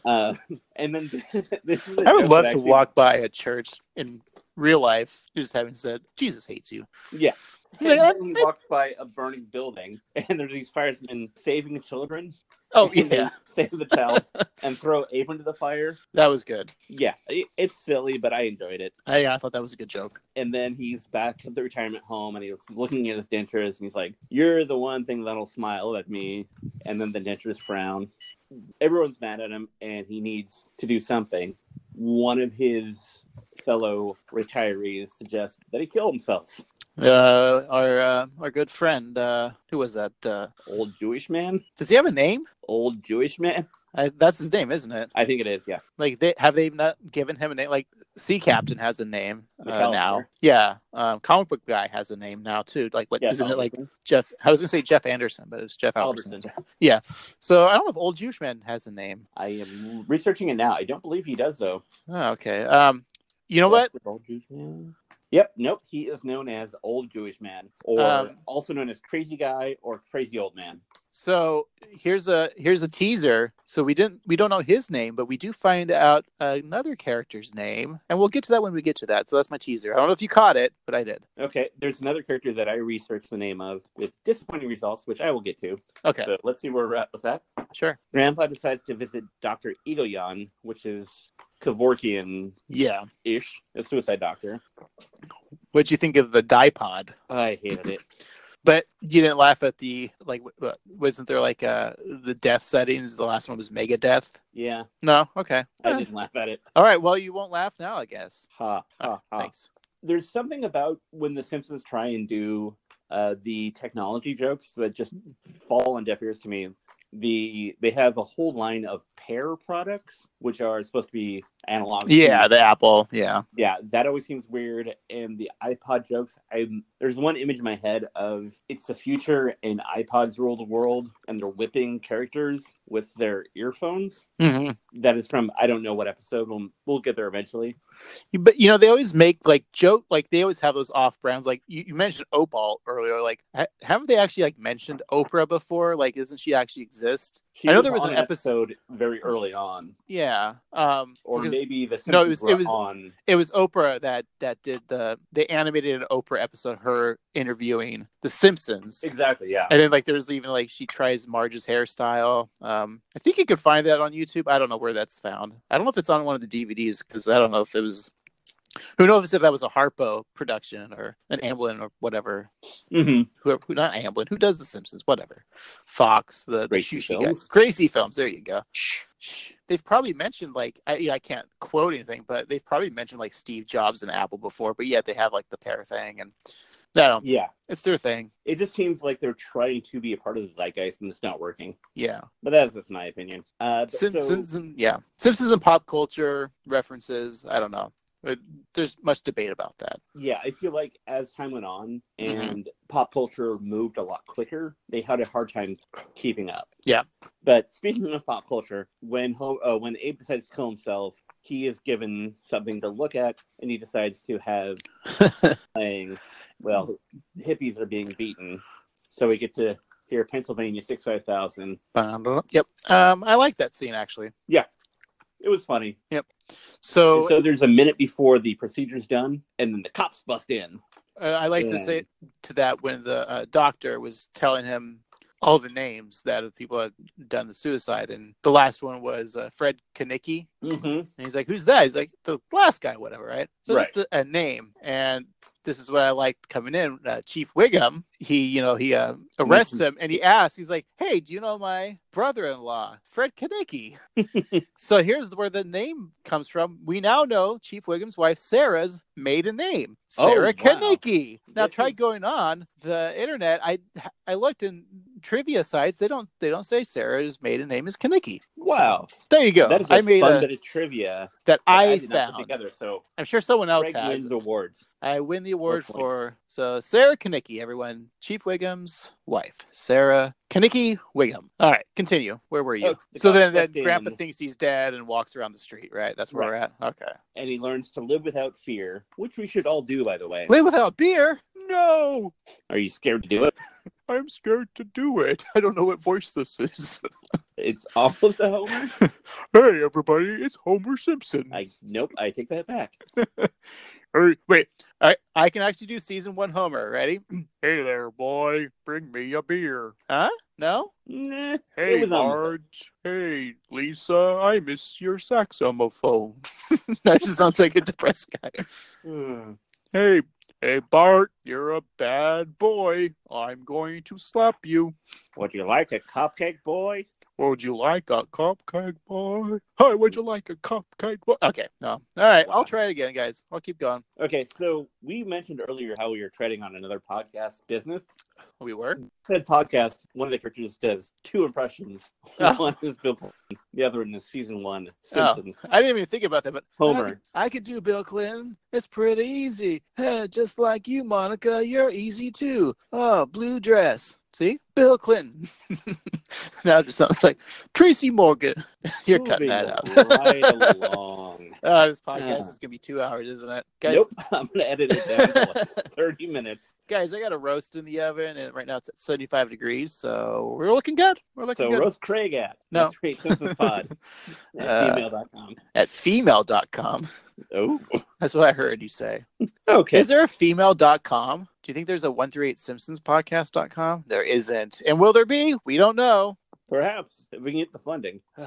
S1: Uh, (laughs) and then this, this is a
S2: I would
S1: joke
S2: love
S1: that
S2: to
S1: I think-
S2: walk by a church in real life, just having said, Jesus hates you.
S1: Yeah.
S2: Like, I-
S1: And he walks by a burning building, (laughs) and there's these firemen saving children. (laughs)
S2: Oh,
S1: And they
S2: yeah.
S1: save the
S2: (laughs)
S1: child and throw Abe into the fire.
S2: That was good.
S1: Yeah, it, it's silly, but I enjoyed it.
S2: I, I thought that was a good joke.
S1: And then he's back at the retirement home, and he's looking at his dentures, and he's like, "You're the one thing that'll smile at me." And then the dentures frown. Everyone's mad at him, and he needs to do something. One of his fellow retirees suggest that he kill himself.
S2: Uh, our uh, our good friend, uh, who was that? Uh,
S1: Old Jewish man?
S2: does he have a name?
S1: Old Jewish man?
S2: I, that's his name, isn't it?
S1: I think it is, yeah.
S2: Like, they have they not given him a name? Like, Sea Captain has a name uh,
S1: McAllister.
S2: now. Yeah, um, comic book guy has a name now too. Like, what
S1: yeah
S2: not it like
S1: Alderson.
S2: Jeff? I was gonna say Jeff Anderson, but it's Jeff Albertson.
S1: Alderson?
S2: So I don't know if Old Jewish Man has a name.
S1: I am researching it now. I don't believe he does, though.
S2: Oh, okay. Um, you know what?
S1: Old Jewish man? Yep, nope. He is known as Old Jewish Man, or
S2: Um,
S1: also known as Crazy Guy or Crazy Old Man.
S2: So here's a here's a teaser. So we didn't we don't know his name, but we do find out another character's name, and we'll get to that when we get to that. So that's my teaser. I don't know if you caught it, but I did.
S1: Okay, there's another character that I researched the name of with disappointing results, which I will get to.
S2: Okay,
S1: So let's see where we're at with that.
S2: sure.
S1: Grandpa decides to visit Dr. Egoyan, which is Kevorkian
S2: Yeah.
S1: ish, a suicide doctor.
S2: What'd you think of the dipod?
S1: I hated it.
S2: But you didn't laugh at the like. w- w- Wasn't there like uh the death settings? The last one was mega death.
S1: Yeah,
S2: No. Okay.
S1: I
S2: Eh.
S1: didn't laugh at it.
S2: All right. Well, you won't laugh now, I guess.
S1: Ha, ha, ha.
S2: Thanks.
S1: there's something about when the Simpsons try and do uh, the technology jokes that just fall on deaf ears to me. The they have a whole line of pair products, which are supposed to be analog.
S2: Yeah, the apple. Yeah.
S1: yeah, that always seems weird. And the iPod jokes, I'm there's one image in my head of it's the future and iPods rule the world, and they're whipping characters with their earphones.
S2: Mm-hmm.
S1: That is from I don't know what episode. We'll, we'll get there eventually.
S2: But you know, they always make like joke, like they always have those off brands. Like you, you mentioned Opal earlier. Like, ha- haven't they actually like mentioned Oprah before? Like, isn't she actually exist?
S1: She
S2: I know there was
S1: on
S2: an episode-
S1: very early on
S2: Yeah. Um.
S1: or
S2: because
S1: maybe the Simpsons
S2: no, it was-
S1: were
S2: it was-
S1: on.
S2: it was Oprah that that did the they animated an Oprah episode, her interviewing the Simpsons.
S1: Exactly, yeah.
S2: And then like there's even like she tries Marge's hairstyle. Um, I think you could find that on YouTube. I don't know where that's found. I don't know if it's on one of the DVDs because I don't know if it was. Who knows if that was a Harpo production or an Amblin or whatever.
S1: hmm
S2: Whoever, who not Amblin? Who does The Simpsons? Whatever. Fox, the the
S1: Gracie
S2: Shushi guy.
S1: Films?
S2: Gracie Films. There you go. Shh. They've probably mentioned like I, you know, I can't quote anything, but they've probably mentioned like Steve Jobs and Apple before. But yet they have like the pair thing, and I don't.
S1: Yeah.
S2: It's their thing.
S1: It just seems like they're trying to be a part of the zeitgeist and it's not working.
S2: Yeah.
S1: But that's just my opinion. Uh, but so-
S2: Simpsons and yeah, Simpsons and pop culture references. I don't know. But There's much debate about that.
S1: yeah, I feel like as time went on
S2: Mm-hmm.
S1: and pop culture moved a lot quicker, they had a hard time keeping up.
S2: Yeah.
S1: But speaking of pop culture, when Ho- uh, when Abe decides to kill himself, he is given something to look at, and he decides to
S2: (laughs)
S1: have playing. Well, hippies are being beaten, so we get to hear Pennsylvania six five thousand.
S2: Ba-da-da. Yep. Um, I like that scene actually.
S1: It was funny.
S2: So,
S1: And so there's a minute before the procedure's done, and then the cops bust in.
S2: uh, I like to
S1: Yeah.
S2: say to that when the uh, doctor was telling him all the names that of people had done the suicide, and the last one was uh, Fred Kanicki.
S1: Mm-hmm.
S2: And he's like, "Who's that?" He's like, "The last guy, whatever, right?" So
S1: Right.
S2: just a, a name, and this is what I liked coming in. Uh, Chief Wiggum, he, you know, he uh, arrests
S1: Mm-hmm.
S2: him, and he asks, he's like, "Hey, do you know my brother-in-law, Fred
S1: (laughs)
S2: Kaneki?" so here's where the name comes from. We now know Chief Wiggum's wife, Sarah's maiden name,
S1: Oh,
S2: Sarah
S1: wow.
S2: Kaneki. Now
S1: This
S2: try
S1: is-
S2: going on the internet. I I looked in trivia sites. They don't they don't say Sarah's maiden name is Kaneki.
S1: Wow,
S2: There you go.
S1: that is a
S2: Uh, I made
S1: fun
S2: a,
S1: bit of trivia
S2: that
S1: that
S2: I,
S1: did not put
S2: found.
S1: together. So
S2: I'm sure someone else
S1: Greg
S2: has.
S1: wins awards.
S2: I win the award
S1: points.
S2: for so Sarah Kanicki, everyone. Chief Wiggum's wife, Sarah Kanicki Wiggum. All right, continue. Where were you?
S1: Oh, the
S2: so
S1: cops
S2: then, then
S1: busted
S2: Grandpa
S1: in.
S2: thinks he's dead and walks around the street. Right, that's where we're at. Okay.
S1: And he learns to live without fear, which we should all do, by the way.
S2: Live without beer? No,
S1: Are you scared to do it?
S2: I'm scared to do it. (laughs) I don't know what voice this is. (laughs)
S1: It's (laughs) almost a home.
S2: hey, everybody, it's Homer Simpson.
S1: I nope. I take that back.
S2: Hey, wait, I I can actually do season one Homer. Ready? (clears throat) hey there, boy. Bring me a beer. Huh? No.
S1: Nah.
S2: Hey,
S1: was almost it.
S2: Marge. Hey, Lisa. I miss your saxophone. (laughs) that just sounds like a depressed guy. Hmm. Hey, hey, Bart. You're a bad boy. I'm going to slap you.
S1: Would you like a cupcake, boy?
S2: Would you like a cupcake boy? Hey, would you like a cupcake boy? Okay, no. All right, I'll try it again, guys. I'll keep going.
S1: Okay, so we mentioned earlier how we were treading on another podcast business.
S2: We were.
S1: Said podcast, one of the characters does two impressions.
S2: Oh.
S1: (laughs) One is Bill Clinton, the other one is season one, Simpsons.
S2: I didn't even think about that, but
S1: Homer.
S2: I could, I could do Bill Clinton. It's pretty easy. Huh, just like you, Monica. You're easy too. Oh, blue dress. See, Bill Clinton. (laughs) now it just sounds like Tracy Morgan. (laughs) You're cutting that out. (laughs)
S1: Moving right along.
S2: Oh, this podcast
S1: Yeah.
S2: is gonna be two hours, isn't it, guys?
S1: Nope, (laughs) I'm gonna edit it down to
S2: (laughs)
S1: like 30 minutes.
S2: Guys, I got a roast in the oven, and right now it's at 75 degrees, so we're looking good. We're looking
S1: So
S2: good.
S1: roast Craig at
S2: No.
S1: great Simpsons
S2: (laughs)
S1: pod (laughs) at
S2: Uh.
S1: gmail.com.
S2: At female.com.
S1: Oh,
S2: That's what I heard you say.
S1: okay.
S2: Is there a female.com? Do you think there's a 138 Simpsons podcast.com? There isn't. And will there be? We don't know. (sighs)
S1: Perhaps if we can get the funding. (laughs)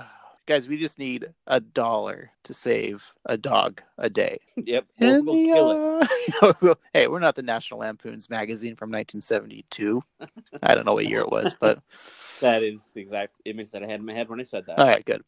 S2: Guys, we just need a dollar to save a dog a day.
S1: Yep, we'll,
S2: And
S1: we'll kill it.
S2: (laughs) the, uh, hey, we're not the National Lampoon's magazine from 1972. I don't know what year it was,
S1: (laughs)
S2: but
S1: That is the exact image that I had in my head when I said that.
S2: all right, good.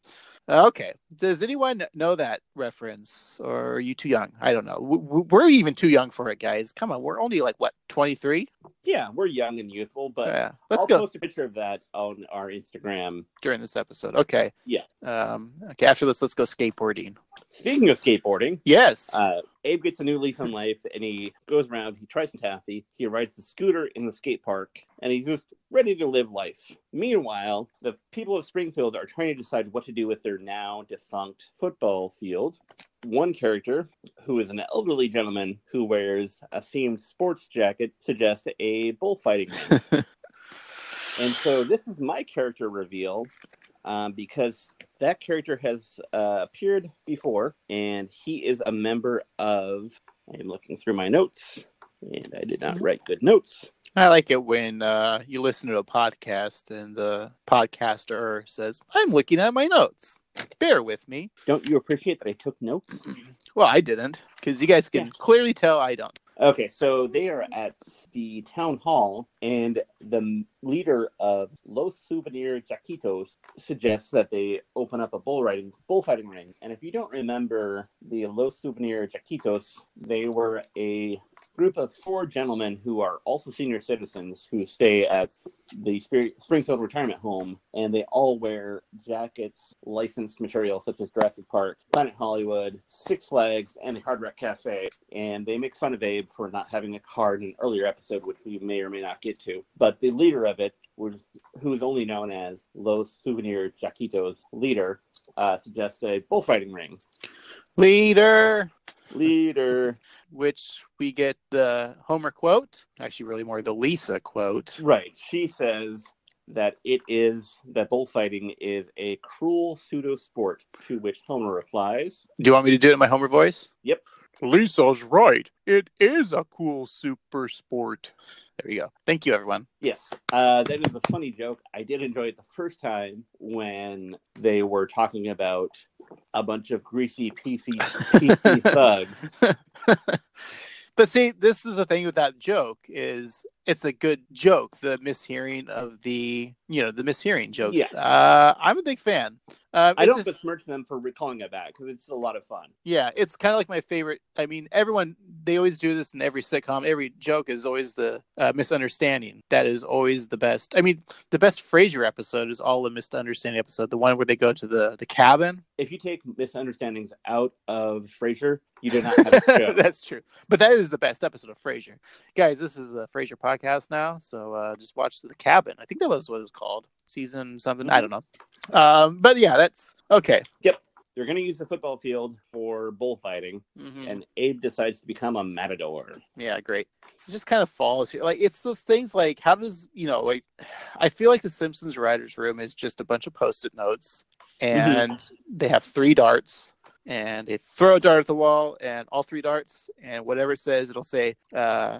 S2: Okay. Does anyone know that reference or are you too young? I don't know. W- w- We're even too young for it, guys. Come on. We're only like, what, 23?
S1: Yeah, we're young and youthful, but
S2: yeah. Let's
S1: I'll
S2: go.
S1: post a picture of that on our Instagram.
S2: during this episode. Okay.
S1: Yeah.
S2: Um, okay. After this, let's go skateboarding.
S1: Speaking of skateboarding,
S2: Yes.
S1: uh, Abe gets a new lease on life and he goes around, he tries some taffy, he rides the scooter in the skate park, and he's just ready to live life. Meanwhile, the people of Springfield are trying to decide what to do with their now defunct football field. One character, who is an elderly gentleman who wears a themed sports jacket, suggests a bullfighting ring. And so this is my character reveal um, because that character has uh, appeared before and he is a member of. I am looking through my notes and I did not write good notes.
S2: I like it when uh, you listen to a podcast and the podcaster says, I'm looking at my notes. Bear with me.
S1: Don't you appreciate that I took notes?
S2: Well, I didn't because you guys can
S1: Yeah.
S2: clearly tell I don't.
S1: Okay, so they are at the town hall, and the m- leader of Los Souvenir Jaquitos suggests that they open up a bull riding, bullfighting ring. And if you don't remember the Los Souvenir Jaquitos, they were a group of four gentlemen who are also senior citizens who stay at the Spir- Springfield Retirement Home, and they all wear jackets, licensed material such as Jurassic Park, Planet Hollywood, Six Flags, and the Hard Rock Cafe. And they make fun of Abe for not having a card in an earlier episode, which we may or may not get to. But the leader of it, was, who is only known as Los Souvenir Jaquitos leader, uh, suggests a bullfighting ring.
S2: Leader,
S1: Leader.
S2: which we get the Homer quote, actually, really more the Lisa quote.
S1: Right. She says that it is that bullfighting is a cruel pseudo sport to which Homer replies,
S2: Do you want me to do it in my Homer voice?
S1: Yep.
S2: Lisa's right. It is a cool super sport. There we go. Thank you, everyone.
S1: Yes, uh, that is a funny joke. I did enjoy it the first time when they were talking about a bunch of greasy PC,
S2: (laughs)
S1: PC thugs.
S2: but see, this is the thing with that joke is it's a good joke. The mishearing of the you know the mishearing jokes.
S1: Yeah.
S2: Uh, I'm a big fan. Uh,
S1: I
S2: it's
S1: don't
S2: just-
S1: besmirch them for recalling it back because it's a lot of fun.
S2: Yeah, it's kind of like my favorite. I mean, everyone they always do this in every sitcom. Every joke is always the uh, misunderstanding. That is always the best. I mean, the best Frasier episode is all the misunderstanding episode. The one where they go to the the cabin.
S1: If you take misunderstandings out of Frasier, you do not have a joke.
S2: (laughs) That's true. But that is the best episode of Frasier. Guys, this is a Frasier podcast now, so uh, just watch The Cabin. I think that was what it was called. Season something. I don't know. Um, but yeah, that's okay.
S1: They're going to use the football field for bullfighting,
S2: Mhm.
S1: and Abe decides to become a matador.
S2: Yeah, great. It just kind of falls here. Like it's those things like how does you know, like I feel like the Simpsons writers room is just a bunch of post-it notes
S1: Mm-hmm.
S2: and they have three darts and they throw a dart at the wall and all three darts and whatever it says it'll say uh,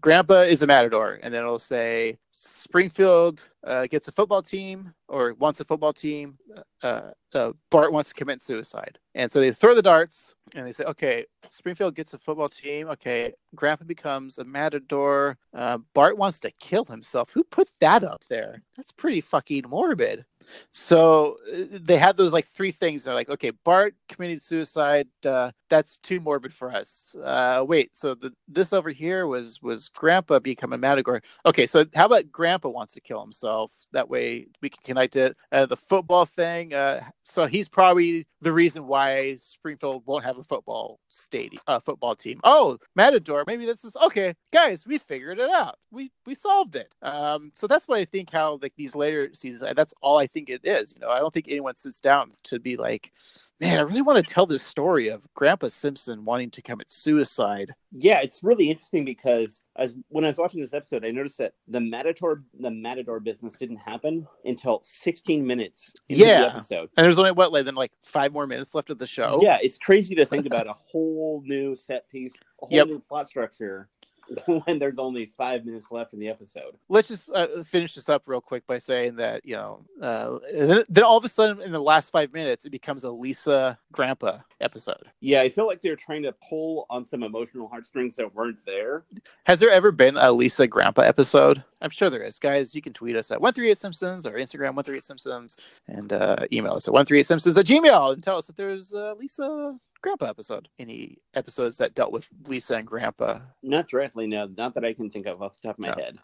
S2: grandpa is a matador and then it'll say springfield uh, gets a football team or wants a football team uh, uh, bart wants to commit suicide and so they throw the darts and they say okay springfield gets a football team okay grandpa becomes a matador uh, bart wants to kill himself who put that up there that's pretty fucking morbid So uh, they had those like three things. They're like, okay, Bart committed suicide. Uh, that's too morbid for us. Uh, wait, so the, this over here was was Grandpa becoming Matagorn. Okay, so how about Grandpa wants to kill himself? That way we can connect it. Uh, the football thing. Uh, so he's probably the reason why Springfield won't have a football stadium, uh, football team. Oh, Matador. Maybe this is okay, guys. We figured it out. We we solved it. Um, so that's what I think. How like these later seasons. I- That's all I think it is. You know, I don't think anyone sits down to be like, man, I really want to tell this story of Grandpa Simpson wanting to commit suicide.
S1: Yeah, it's really interesting because as when I was watching this episode, I noticed that the matador the matador business didn't happen until 16 minutes into
S2: Yeah. Oh.
S1: the episode.
S2: And there's only what, like, then like five more minutes left of the show.
S1: Yeah, it's crazy to think about a whole new set piece, a whole
S2: Yep.
S1: new plot structure (laughs) when there's only five minutes left in the episode.
S2: let's just uh, finish this up real quick by saying that you know uh, then, then all of a sudden in the last five minutes it becomes a lisa grandpa episode
S1: Yeah, I feel like they're trying to pull on some emotional heartstrings that weren't there.
S2: has there ever been a lisa grandpa episode i'm sure there is guys you can tweet us at 138 simpsons or instagram 138 simpsons and uh, email us at 138 simpsons at gmail and tell us if there's a lisa grandpa episode any episodes that dealt with lisa and grandpa
S1: Not directly, no, not that I can think of off the top of my
S2: No.
S1: head.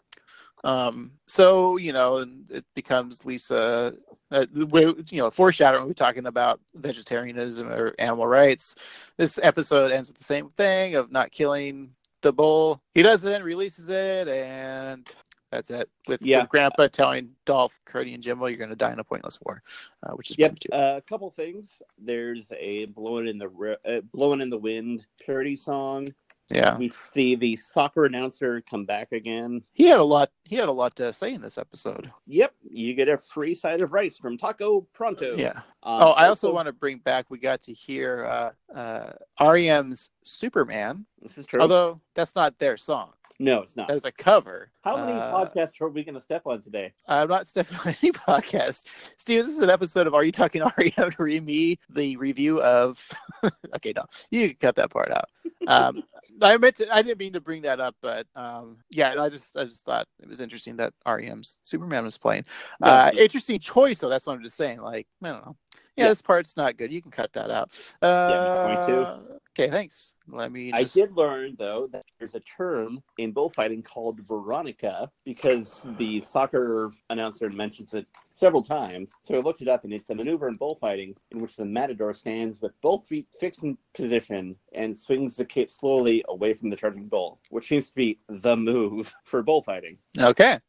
S2: Um, so you know, and it becomes Lisa. Uh, the way- you know, foreshadowing. We're talking about vegetarianism or animal rights. This episode ends with the same thing of not killing the bull. He doesn't releases it, and that's it. With,
S1: Yeah.
S2: with Grandpa telling Dolph, Cody, and Jimbo, "You're going to die in a pointless war," uh, which is
S1: Yep,
S2: pretty-
S1: a couple things. There's a blowing in the ri- uh, blowing in the wind parody song.
S2: yeah.
S1: We see the soccer announcer come back again.
S2: He had a lot. He had a lot to say in this episode.
S1: Yep, you get a free side of rice from Taco Pronto.
S2: Yeah.
S1: Um,
S2: Oh, I also want to bring back. We got to hear uh, uh, REM's Superman.
S1: This is true.
S2: Although that's not their song.
S1: no, it's not.
S2: That was a cover.
S1: How many
S2: Uh,
S1: podcasts are we going to step on today?
S2: I'm not stepping on any (laughs) podcast. Steve, this is an episode of Are You Talking REM to Re Me? The review of. (laughs) okay, no, you can cut that part out. Um, (laughs) I meant to, I didn't mean to bring that up, but um, yeah, I just I just thought it was interesting that REM's Superman was playing. Uh,
S1: No.
S2: interesting choice, though. That's what I'm just saying. Like, I don't know. Yeah,
S1: Yeah.
S2: this part's not good. You can cut that out. Uh,
S1: I'm going to.
S2: Okay, thanks. Let me.
S1: I
S2: Just...
S1: did learn though that there's a term in bullfighting called Veronica because the soccer announcer mentions it several times. So I looked it up, and it's a maneuver in bullfighting in which the matador stands with both feet fixed in position and swings the cape slowly away from the charging bull, which seems to be the move for bullfighting.
S2: Okay.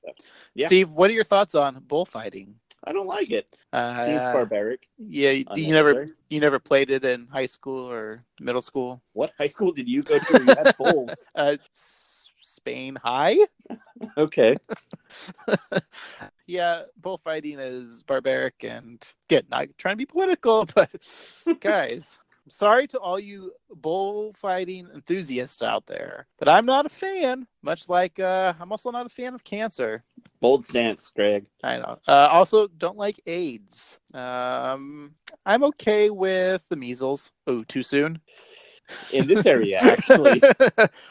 S1: Yeah.
S2: Steve, what are your thoughts on bullfighting?
S1: I don't like it. Seems
S2: Uh,
S1: barbaric.
S2: yeah, you, you never
S1: unnecessary.
S2: you never played it in high school or middle school.
S1: What high school did you go to? where You
S2: (laughs)
S1: had bulls.
S2: Uh, S- Spain High.
S1: Okay.
S2: Yeah, bullfighting is barbaric and good. Not trying to be political, (laughs) but guys, I'm sorry to all you bullfighting enthusiasts out there, but I'm not a fan. Much like uh, I'm also not a fan of cancer.
S1: Bold stance, Greg.
S2: I know. Uh, also, don't like AIDS. Um, I'm okay with the measles. Oh, too soon.
S1: In this area,
S2: (laughs)
S1: (laughs) actually.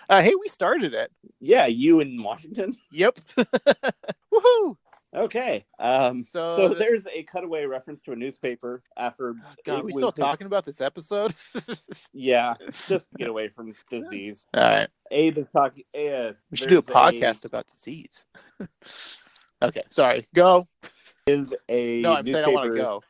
S2: uh, hey, we started it.
S1: yeah, you in Washington.
S2: Yep. Woohoo!
S1: Okay. Um, so,
S2: So-
S1: there's a cutaway reference to a newspaper after.
S2: God,
S1: it
S2: we
S1: was
S2: still
S1: his-
S2: talking about this episode? (laughs)
S1: Yeah, just to get away from disease.
S2: All right,
S1: Abe is talking. Uh,
S2: we should do a
S1: there's
S2: podcast about disease. (laughs) okay, sorry. Go.
S1: Is a
S2: No, I'm saying I want to
S1: newspaper-
S2: go.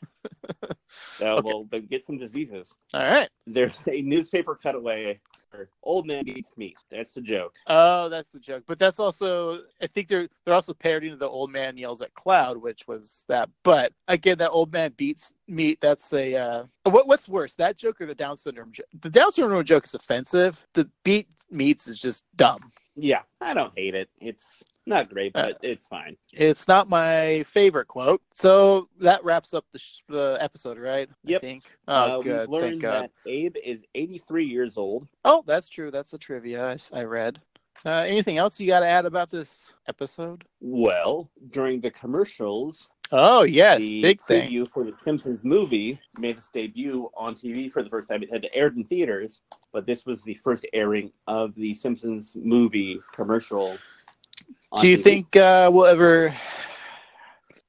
S1: Uh,
S2: Okay.
S1: Well, then get some diseases.
S2: All right.
S1: There's a newspaper cutaway. where Old man eats meat. That's a joke.
S2: Oh, that's the joke. But that's also I think they're they're also parodying the old man yells at cloud, which was that. But again, that old man beats meat. That's a uh, what what's worse, that joke or the Down syndrome joke? The Down syndrome joke is offensive. The beat meats is just dumb.
S1: Yeah, I don't hate it. It's not great,
S2: Uh,
S1: but it's fine.
S2: It's not my favorite quote. So that wraps up the, sh- the episode, right?
S1: Yep.
S2: I think. Oh,
S1: Uh, We've
S2: good.
S1: learned
S2: Thank God.
S1: that Abe is 83 years old.
S2: Oh, that's true. That's the trivia I, s- I read. Uh, anything else you got to add about this episode?
S1: Well, during the commercials,
S2: Oh yes,
S1: the
S2: big thing.
S1: preview for the Simpsons movie made its debut on TV for the first time. It had aired in theaters, but this was the first airing of the Simpsons movie commercial. on
S2: Do you
S1: TV.
S2: think uh, we'll ever?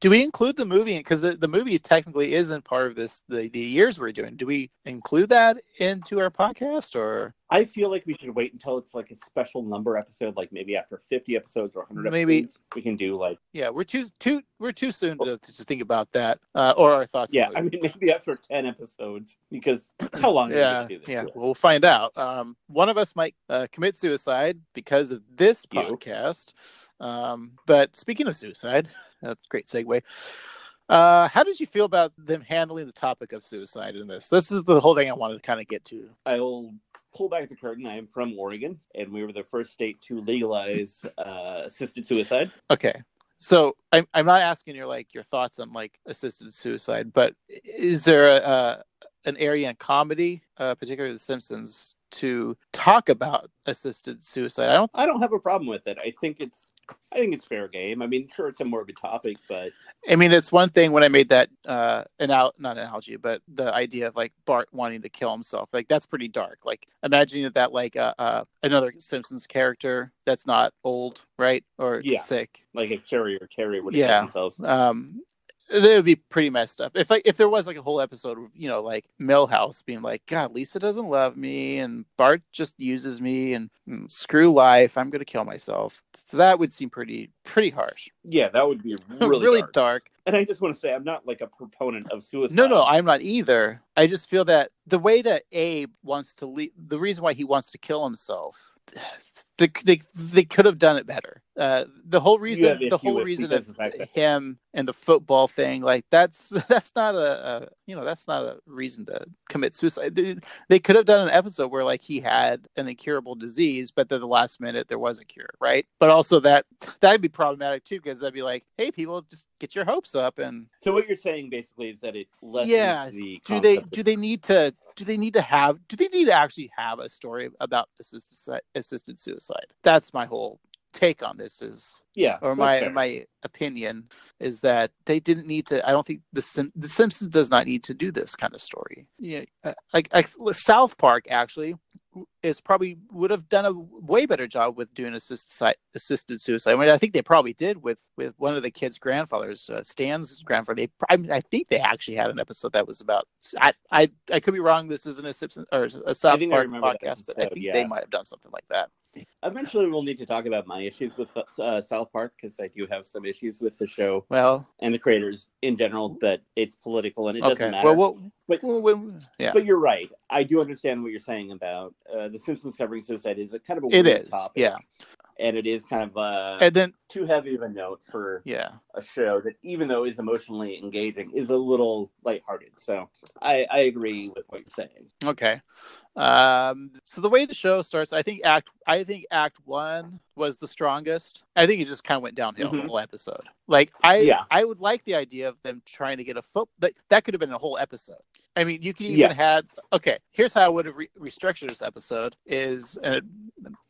S2: Do we include the movie? Because the, the movie technically isn't part of this the, the years we're doing. Do we include that into our podcast or
S1: I feel like we should wait until it's like a special number episode, like maybe after 50 episodes or 100
S2: Maybe.
S1: episodes. We can do like,
S2: yeah, we're too too we're too soon to, to think about that uh, or our thoughts.
S1: yeah,
S2: on
S1: I
S2: it.
S1: mean, maybe after 10 episodes because how long do
S2: yeah,
S1: we do this?
S2: yeah.
S1: for?
S2: We'll find out. Um, one of us might uh, commit suicide because of this
S1: You.
S2: podcast. Um, but speaking of suicide, (laughs) that's a great segue. Uh, how did you feel about them handling the topic of suicide in this? This is the whole thing I wanted to kind of get to.
S1: I'll pull back the curtain. I am from Oregon, and we were the first state to legalize uh, assisted suicide.
S2: Okay. So I'm I'm not asking your like your thoughts on like assisted suicide, but is there a, uh an area in comedy, uh, particularly The Simpsons, to talk about assisted suicide? I don't
S1: I don't have a problem with it. I think it's, I think it's fair game. I mean, sure, it's a morbid topic, but
S2: I mean, it's one thing when I made that uh, anal- not analogy, but the idea of like Bart wanting to kill himself, like that's pretty dark. Like imagining that like uh, uh, another Simpsons character that's not old, right, or
S1: Yeah.
S2: sick,
S1: like a Carrie or Terry would have
S2: Yeah.
S1: killed themselves.
S2: um, it would be pretty messed up. If like if there was like a whole episode, of, you know, like Millhouse being like, God, Lisa doesn't love me, and Bart just uses me, and, and screw life, I'm gonna kill myself. That would seem pretty pretty harsh,
S1: Yeah, that
S2: (laughs)
S1: would be really, dark.
S2: dark.
S1: And I just want to say, I'm not like a proponent of suicide.
S2: No, no, I'm not either. I just feel that the way that Abe wants to leave, the reason why he wants to kill himself, (sighs) they they, they could have done it better. Uh, the whole
S1: have
S2: reason,
S1: issue
S2: the whole
S1: with
S2: reason
S1: because
S2: of
S1: of the fact that-
S2: him and the football thing, like that's (laughs) that's not a, a you know that's not a reason to commit suicide. They, they could have done an episode where like he had an incurable disease, but then the last minute there was a cure, right? But also that that'd be problematic too, because I'd be like, hey, people, just get your hopes up and
S1: So what you're saying basically is that it lessens
S2: Yeah,
S1: the
S2: do they
S1: concept
S2: do they need to do they need to have do they need to actually have a story about assisted si- assisted suicide that's my whole take on this is
S1: of- yeah
S2: or
S1: that's
S2: my
S1: fair.
S2: my opinion is that they didn't need to i don't think the Sim- the simpsons does not need to do this kind of story yeah uh, like, like south park actually is probably would have done a way better job with doing assist, si- assisted suicide. I mean, I think they probably did with with one of the kids' grandfathers, uh, Stan's grandfather. They, I, mean, I think they actually had an episode that was about. I I, I could be wrong. This isn't a Simpson or a South
S1: think I
S2: Park
S1: remember that
S2: podcast, but I
S1: episode,
S2: think
S1: yeah.
S2: they might have done something like that.
S1: eventually we'll need to talk about my issues with uh, South Park because I do have some issues with the show
S2: Well,
S1: and the creators in general that it's political and it
S2: okay.
S1: doesn't matter.
S2: Well, we'll,
S1: But-
S2: we'll- we'll- yeah.
S1: but you're right. I do understand what you're saying about uh, the Simpsons covering suicide is a kind of a
S2: It
S1: weird
S2: is,
S1: topic.
S2: yeah.
S1: and it is kind of uh,
S2: And then,
S1: too heavy of a note for
S2: yeah,
S1: a show that, even though is emotionally engaging, is a little lighthearted. So I, I agree with what you're saying.
S2: okay. Um, so the way the show starts, I think act, I think act one was the strongest. I think it just kind of went downhill
S1: Mhm.
S2: the whole episode. Like I,
S1: Yeah.
S2: I would like the idea of them trying to get a foot. That that could have been a whole episode. I mean, you could even
S1: Yeah.
S2: had okay. Here's how I would have re- restructured this episode is, uh,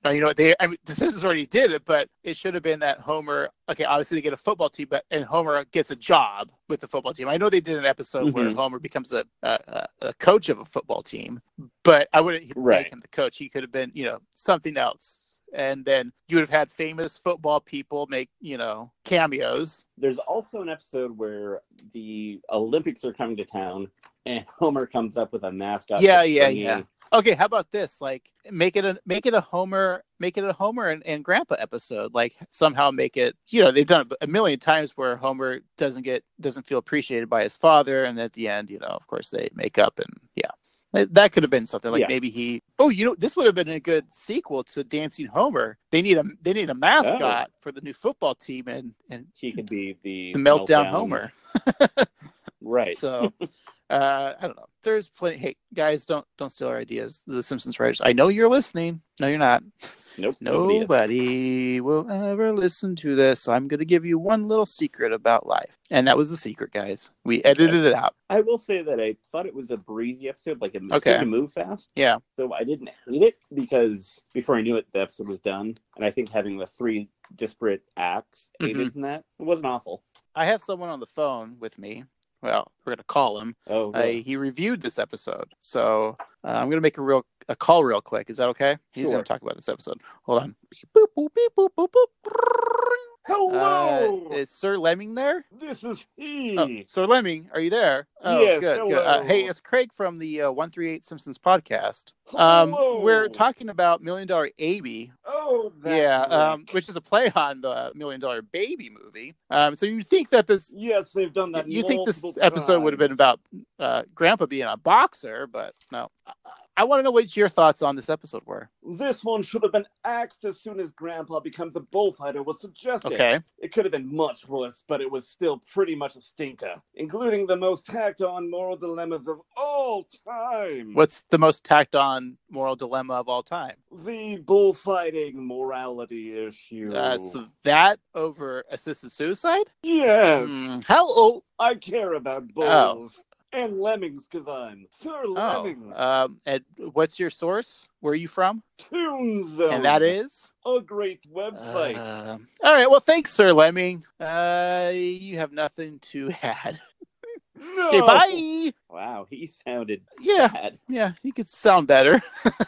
S2: now, you know what they? I mean, the Simpsons already did it, but it should have been that Homer. Okay, obviously they get a football team, but and Homer gets a job with the football team. I know they did an episode where
S1: Mhm.
S2: Homer becomes a, a a a coach of a football team, but I wouldn't
S1: Right.
S2: make him the coach. He could have been, you know, something else. And then you would have had famous football people make, you know, cameos.
S1: There's also an episode where the Olympics are coming to town, and (laughs) Homer comes up with a mascot.
S2: Yeah,
S1: for
S2: yeah,
S1: springing.
S2: yeah. Okay, how about this? Like, make it a make it a Homer, make it a Homer and, and Grandpa episode. Like, somehow make it. You know, they've done it a million times where Homer doesn't get doesn't feel appreciated by his father, and at the end, you know, of course, they make up and yeah. That- That could have been something like
S1: Yeah.
S2: maybe he. Oh, you know, this would have been a good sequel to Dancing Homer. They need a they need a mascot for the new football team and and
S1: He could be the,
S2: the meltdown, Homer.
S1: Right.
S2: (laughs) So uh, I don't know. There's plenty. Hey guys, don't don't steal our ideas. The Simpsons writers. I know you're listening. No, you're not.
S1: nope. nobody is.
S2: Nobody will ever listen to this. I'm gonna give you one little secret about life, and that was the secret, guys. We edited it out.
S1: I will say that I thought it was a breezy episode, like it seemed
S2: Okay.
S1: to move fast.
S2: Yeah.
S1: So I didn't hate it because before I knew it, the episode was done. And I think having the three disparate acts
S2: Mm-hmm.
S1: aided in that. It wasn't awful.
S2: I have someone on the phone with me. Well, we're gonna call him.
S1: Oh,
S2: I, he reviewed this episode, so uh, I'm gonna make a real a call real quick. Is that okay? He's
S1: Sure.
S2: gonna talk about this episode. Hold on. Beep, boop, boop, beep, boop, boop, boop.
S1: Hello.
S2: Uh, is Sir Lemming there?
S1: this is he.
S2: Oh, Sir Lemming, are you there? Oh,
S1: Yes,
S2: good. good. Uh,
S1: hello.
S2: hey, it's Craig from the uh, 138 Simpsons podcast. Um,
S1: Hello.
S2: we're talking about Million Dollar Abby,
S1: Oh, that
S2: yeah,
S1: Rick.
S2: um, which is a play on the Million Dollar Baby movie. Um, so you think that this,
S1: yes, they've done that.
S2: you think this
S1: multiple
S2: episode would have been
S1: times.
S2: about uh, Grandpa being a boxer, but no. I, I want to know what your thoughts on this episode were.
S1: This one should have been axed as soon as Grandpa becomes a bullfighter was suggested.
S2: Okay,
S1: It could have been much worse, but it was still pretty much a stinker, including the most tacked on moral dilemmas of all time.
S2: what's the most tacked-on moral dilemma of all time?
S1: The bullfighting morality issue.
S2: Uh, so that over assisted suicide?
S1: yes,
S2: Hmm, how old?
S1: I care about
S2: Oh.
S1: bulls and lemmings because I'm Sir
S2: Oh,
S1: Lemming.
S2: um, and what's your source? Where are you from?
S1: Toonzone.
S2: And that is
S1: a great Oh, website.
S2: Uh, all right. Well, thanks, Sir Lemming. Uh, you have nothing to (laughs) add.
S1: no.
S2: Okay, bye.
S1: Wow, he sounded
S2: Yeah,
S1: bad.
S2: yeah. He could sound better. (laughs)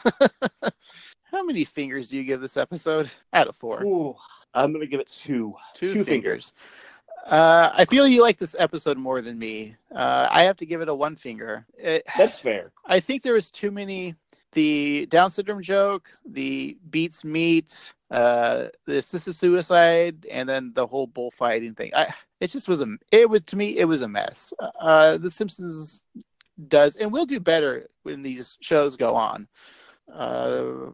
S2: How many fingers do you give this episode? Out of four.
S1: Ooh, I'm gonna give it two.
S2: two,
S1: Two
S2: fingers. Uh, I feel you like this episode more than me. Uh, I have to give it a one finger. Uh, It,
S1: That's fair.
S2: I think there was too many the Down syndrome joke, the beats meat, uh, the assisted suicide, and then the whole bullfighting thing. I, it just was a it was to me it was a mess. Uh, the Simpsons does and will do better when these shows go on. Uh,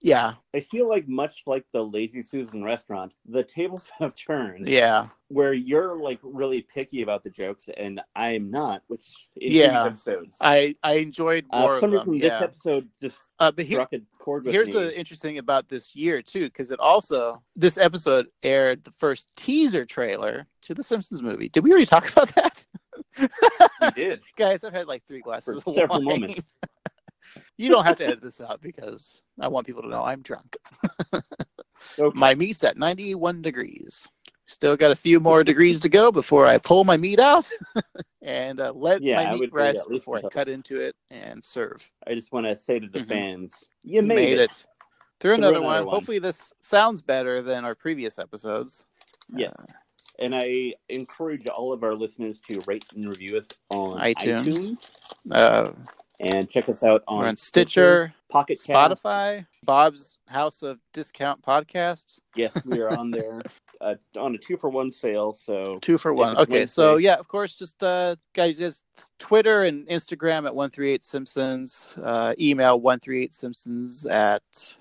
S2: yeah,
S1: I feel like much like the Lazy Susan restaurant, the tables (laughs) have turned
S2: yeah,
S1: where you're like really picky about the jokes and I am not, which in
S2: Yeah.
S1: previous episodes.
S2: I I enjoyed more
S1: uh,
S2: of
S1: something
S2: them.
S1: from
S2: yeah.
S1: this episode just
S2: uh, but here,
S1: struck a chord with
S2: here's
S1: me.
S2: the interesting thing about this year too because it also this episode aired the first teaser trailer to the simpsons movie did we already talk (laughs) about that
S1: You
S2: (laughs)
S1: did
S2: guys i've had like three
S1: for
S2: glasses of
S1: several
S2: wine.
S1: moments.
S2: (laughs) you don't have to edit this out because i want people to know i'm drunk (laughs)
S1: Okay.
S2: my meat's at 91 degrees still got a few more degrees to go before i pull my meat out (laughs) and uh, let
S1: Yeah, I
S2: my meat
S1: would agree at
S2: rest
S1: least
S2: before i
S1: until-
S2: cut into it and serve
S1: I just want to say to the
S2: Mhm.
S1: fans, you made,
S2: made,
S1: it.
S2: it. Through
S1: Through
S2: another,
S1: another
S2: one.
S1: one.
S2: Hopefully, this sounds better than our previous episodes.
S1: Yes.
S2: Uh,
S1: and I encourage all of our listeners to rate and review us on
S2: iTunes.
S1: iTunes,
S2: Uh,
S1: and check us out on,
S2: we're on Stitcher,
S1: Pocket Cast.
S2: Spotify, Bob's House of Discount Podcasts.
S1: Yes, we are on
S2: (laughs)
S1: there uh, on a two for one sale. So
S2: Two for one.
S1: it's
S2: Okay, so
S1: Wednesday.
S2: yeah, of course, just uh, guys, just Twitter and Instagram at one three eight Simpsons, uh, email one three eight Simpsons at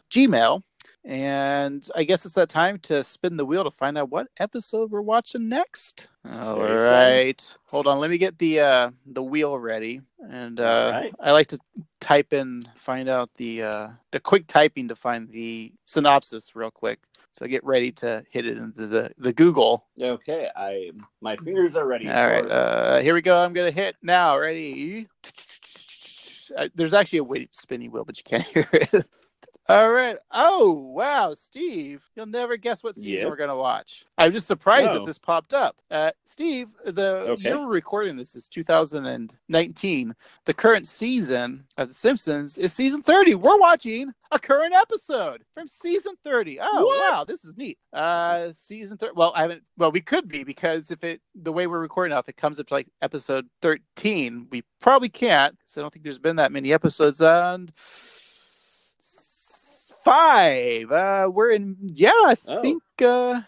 S2: Gmail, and I guess it's that time to spin the wheel to find out what episode we're watching next. All
S1: Very
S2: right, hold on, let me get the uh, the wheel ready, and uh,
S1: All right.
S2: I like to type in find out the uh, the quick typing to find the synopsis real quick. So get ready to hit it into the, the Google.
S1: okay, I my fingers are ready.
S2: All right,
S1: for-
S2: uh, here we go. I'm gonna hit now. Ready? Uh, There's actually a waiting spinning wheel, but you can't (laughs) hear it. All right. Oh wow, Steve, you'll never guess what season
S1: Yes.
S2: we're gonna watch. I'm just surprised that
S1: No.
S2: this popped up. Uh, Steve, the
S1: Okay.
S2: year we're recording this is 2019. The current season of The Simpsons is season 30. We're watching a current episode from season 30. Oh
S1: What?
S2: wow, this is neat. Uh, season 30. Well, I haven't. Well, we could be because if it the way we're recording now, if it comes up to like episode 13, we probably can't. So I don't think there's been that many episodes on. Five. Uh, we're in. Yeah, I
S1: Oh.
S2: think. Uh,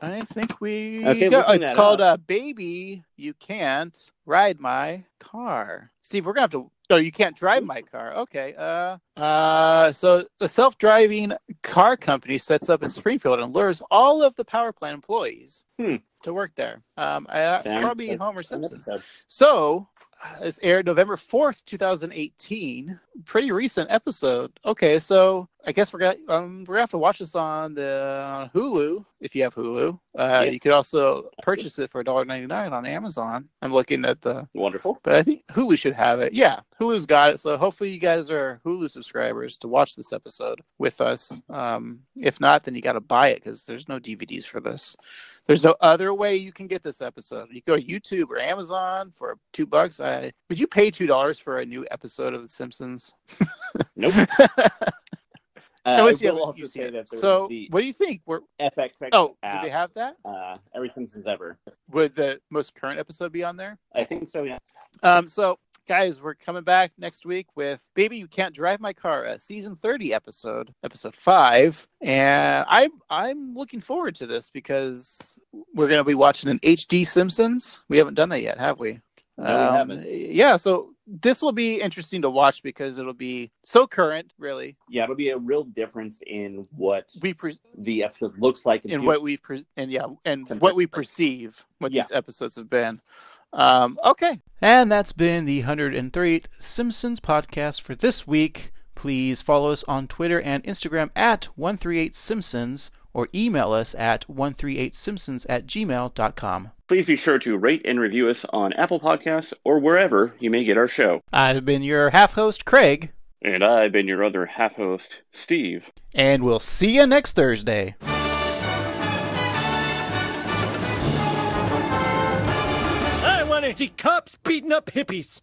S2: I think we.
S1: Okay,
S2: go.
S1: looking
S2: It's
S1: that
S2: called uh, "Baby, You Can't Ride My Car." Steve, we're gonna have to. No, you can't drive my car. Okay. Uh, uh, so the self-driving car company sets up in Springfield and lures all of the power plant employees
S1: Hmm.
S2: to work there. Um, I, it's
S1: Sounds
S2: probably
S1: like
S2: Homer
S1: an
S2: Simpson.
S1: episode.
S2: So, uh, it's aired November 4th, 2018. Pretty recent episode. Okay, so I guess we're going to um, we're gonna have to watch this on the on Hulu if you have Hulu. Uh,
S1: Yes.
S2: You could also purchase it for $1.99 on Amazon. I'm looking at the
S1: Wonderful.
S2: but I think Hulu should have it. Yeah, Hulu's got it. So hopefully you guys are Hulu subscribers to watch this episode with us. Um, if not, then you got to buy it because there's no DVDs for this. There's no other way you can get this episode. You go to YouTube or Amazon for two bucks. I would (laughs) you pay two dollars for a new episode of The Simpsons?
S1: Nope.
S2: At
S1: Uh,
S2: least you
S1: I
S2: have
S1: will
S2: it-
S1: Uh, also
S2: you see
S1: say
S2: it.
S1: that there's
S2: so,
S1: the
S2: what do you think? We're,
S1: FXX
S2: oh,
S1: app,
S2: do they have that?
S1: uh, Every Simpsons Ever.
S2: Would the most current episode be on there?
S1: I think so, yeah.
S2: Um, so, guys, we're coming back next week with "Baby, You Can't Drive My Car," a season thirty episode, episode five, and I'm I'm looking forward to this because we're going to be watching an HD Simpsons. We haven't done that yet, have we? Um,
S1: No, we haven't.
S2: Yeah, so this will be interesting to watch because it'll be so current, really.
S1: Yeah, it'll be a real difference in what
S2: We pre-
S1: the episode looks like.
S2: and
S1: future.
S2: what we pre- and yeah and
S1: Compared
S2: what we
S1: to, like-
S2: perceive what
S1: Yeah.
S2: these episodes have been. Um, okay,
S3: And that's been the 103rd Simpsons podcast for this week. Please follow us on Twitter and Instagram at 138simpsons or email us at 138simpsons at gmail.com.
S1: Please be sure to rate and review us on Apple Podcasts or wherever you may get our show.
S3: I've been your half host, Craig,
S1: And I've been your other half host, Steve.
S3: and we'll see you next Thursday.
S4: I want to see cops beating up hippies.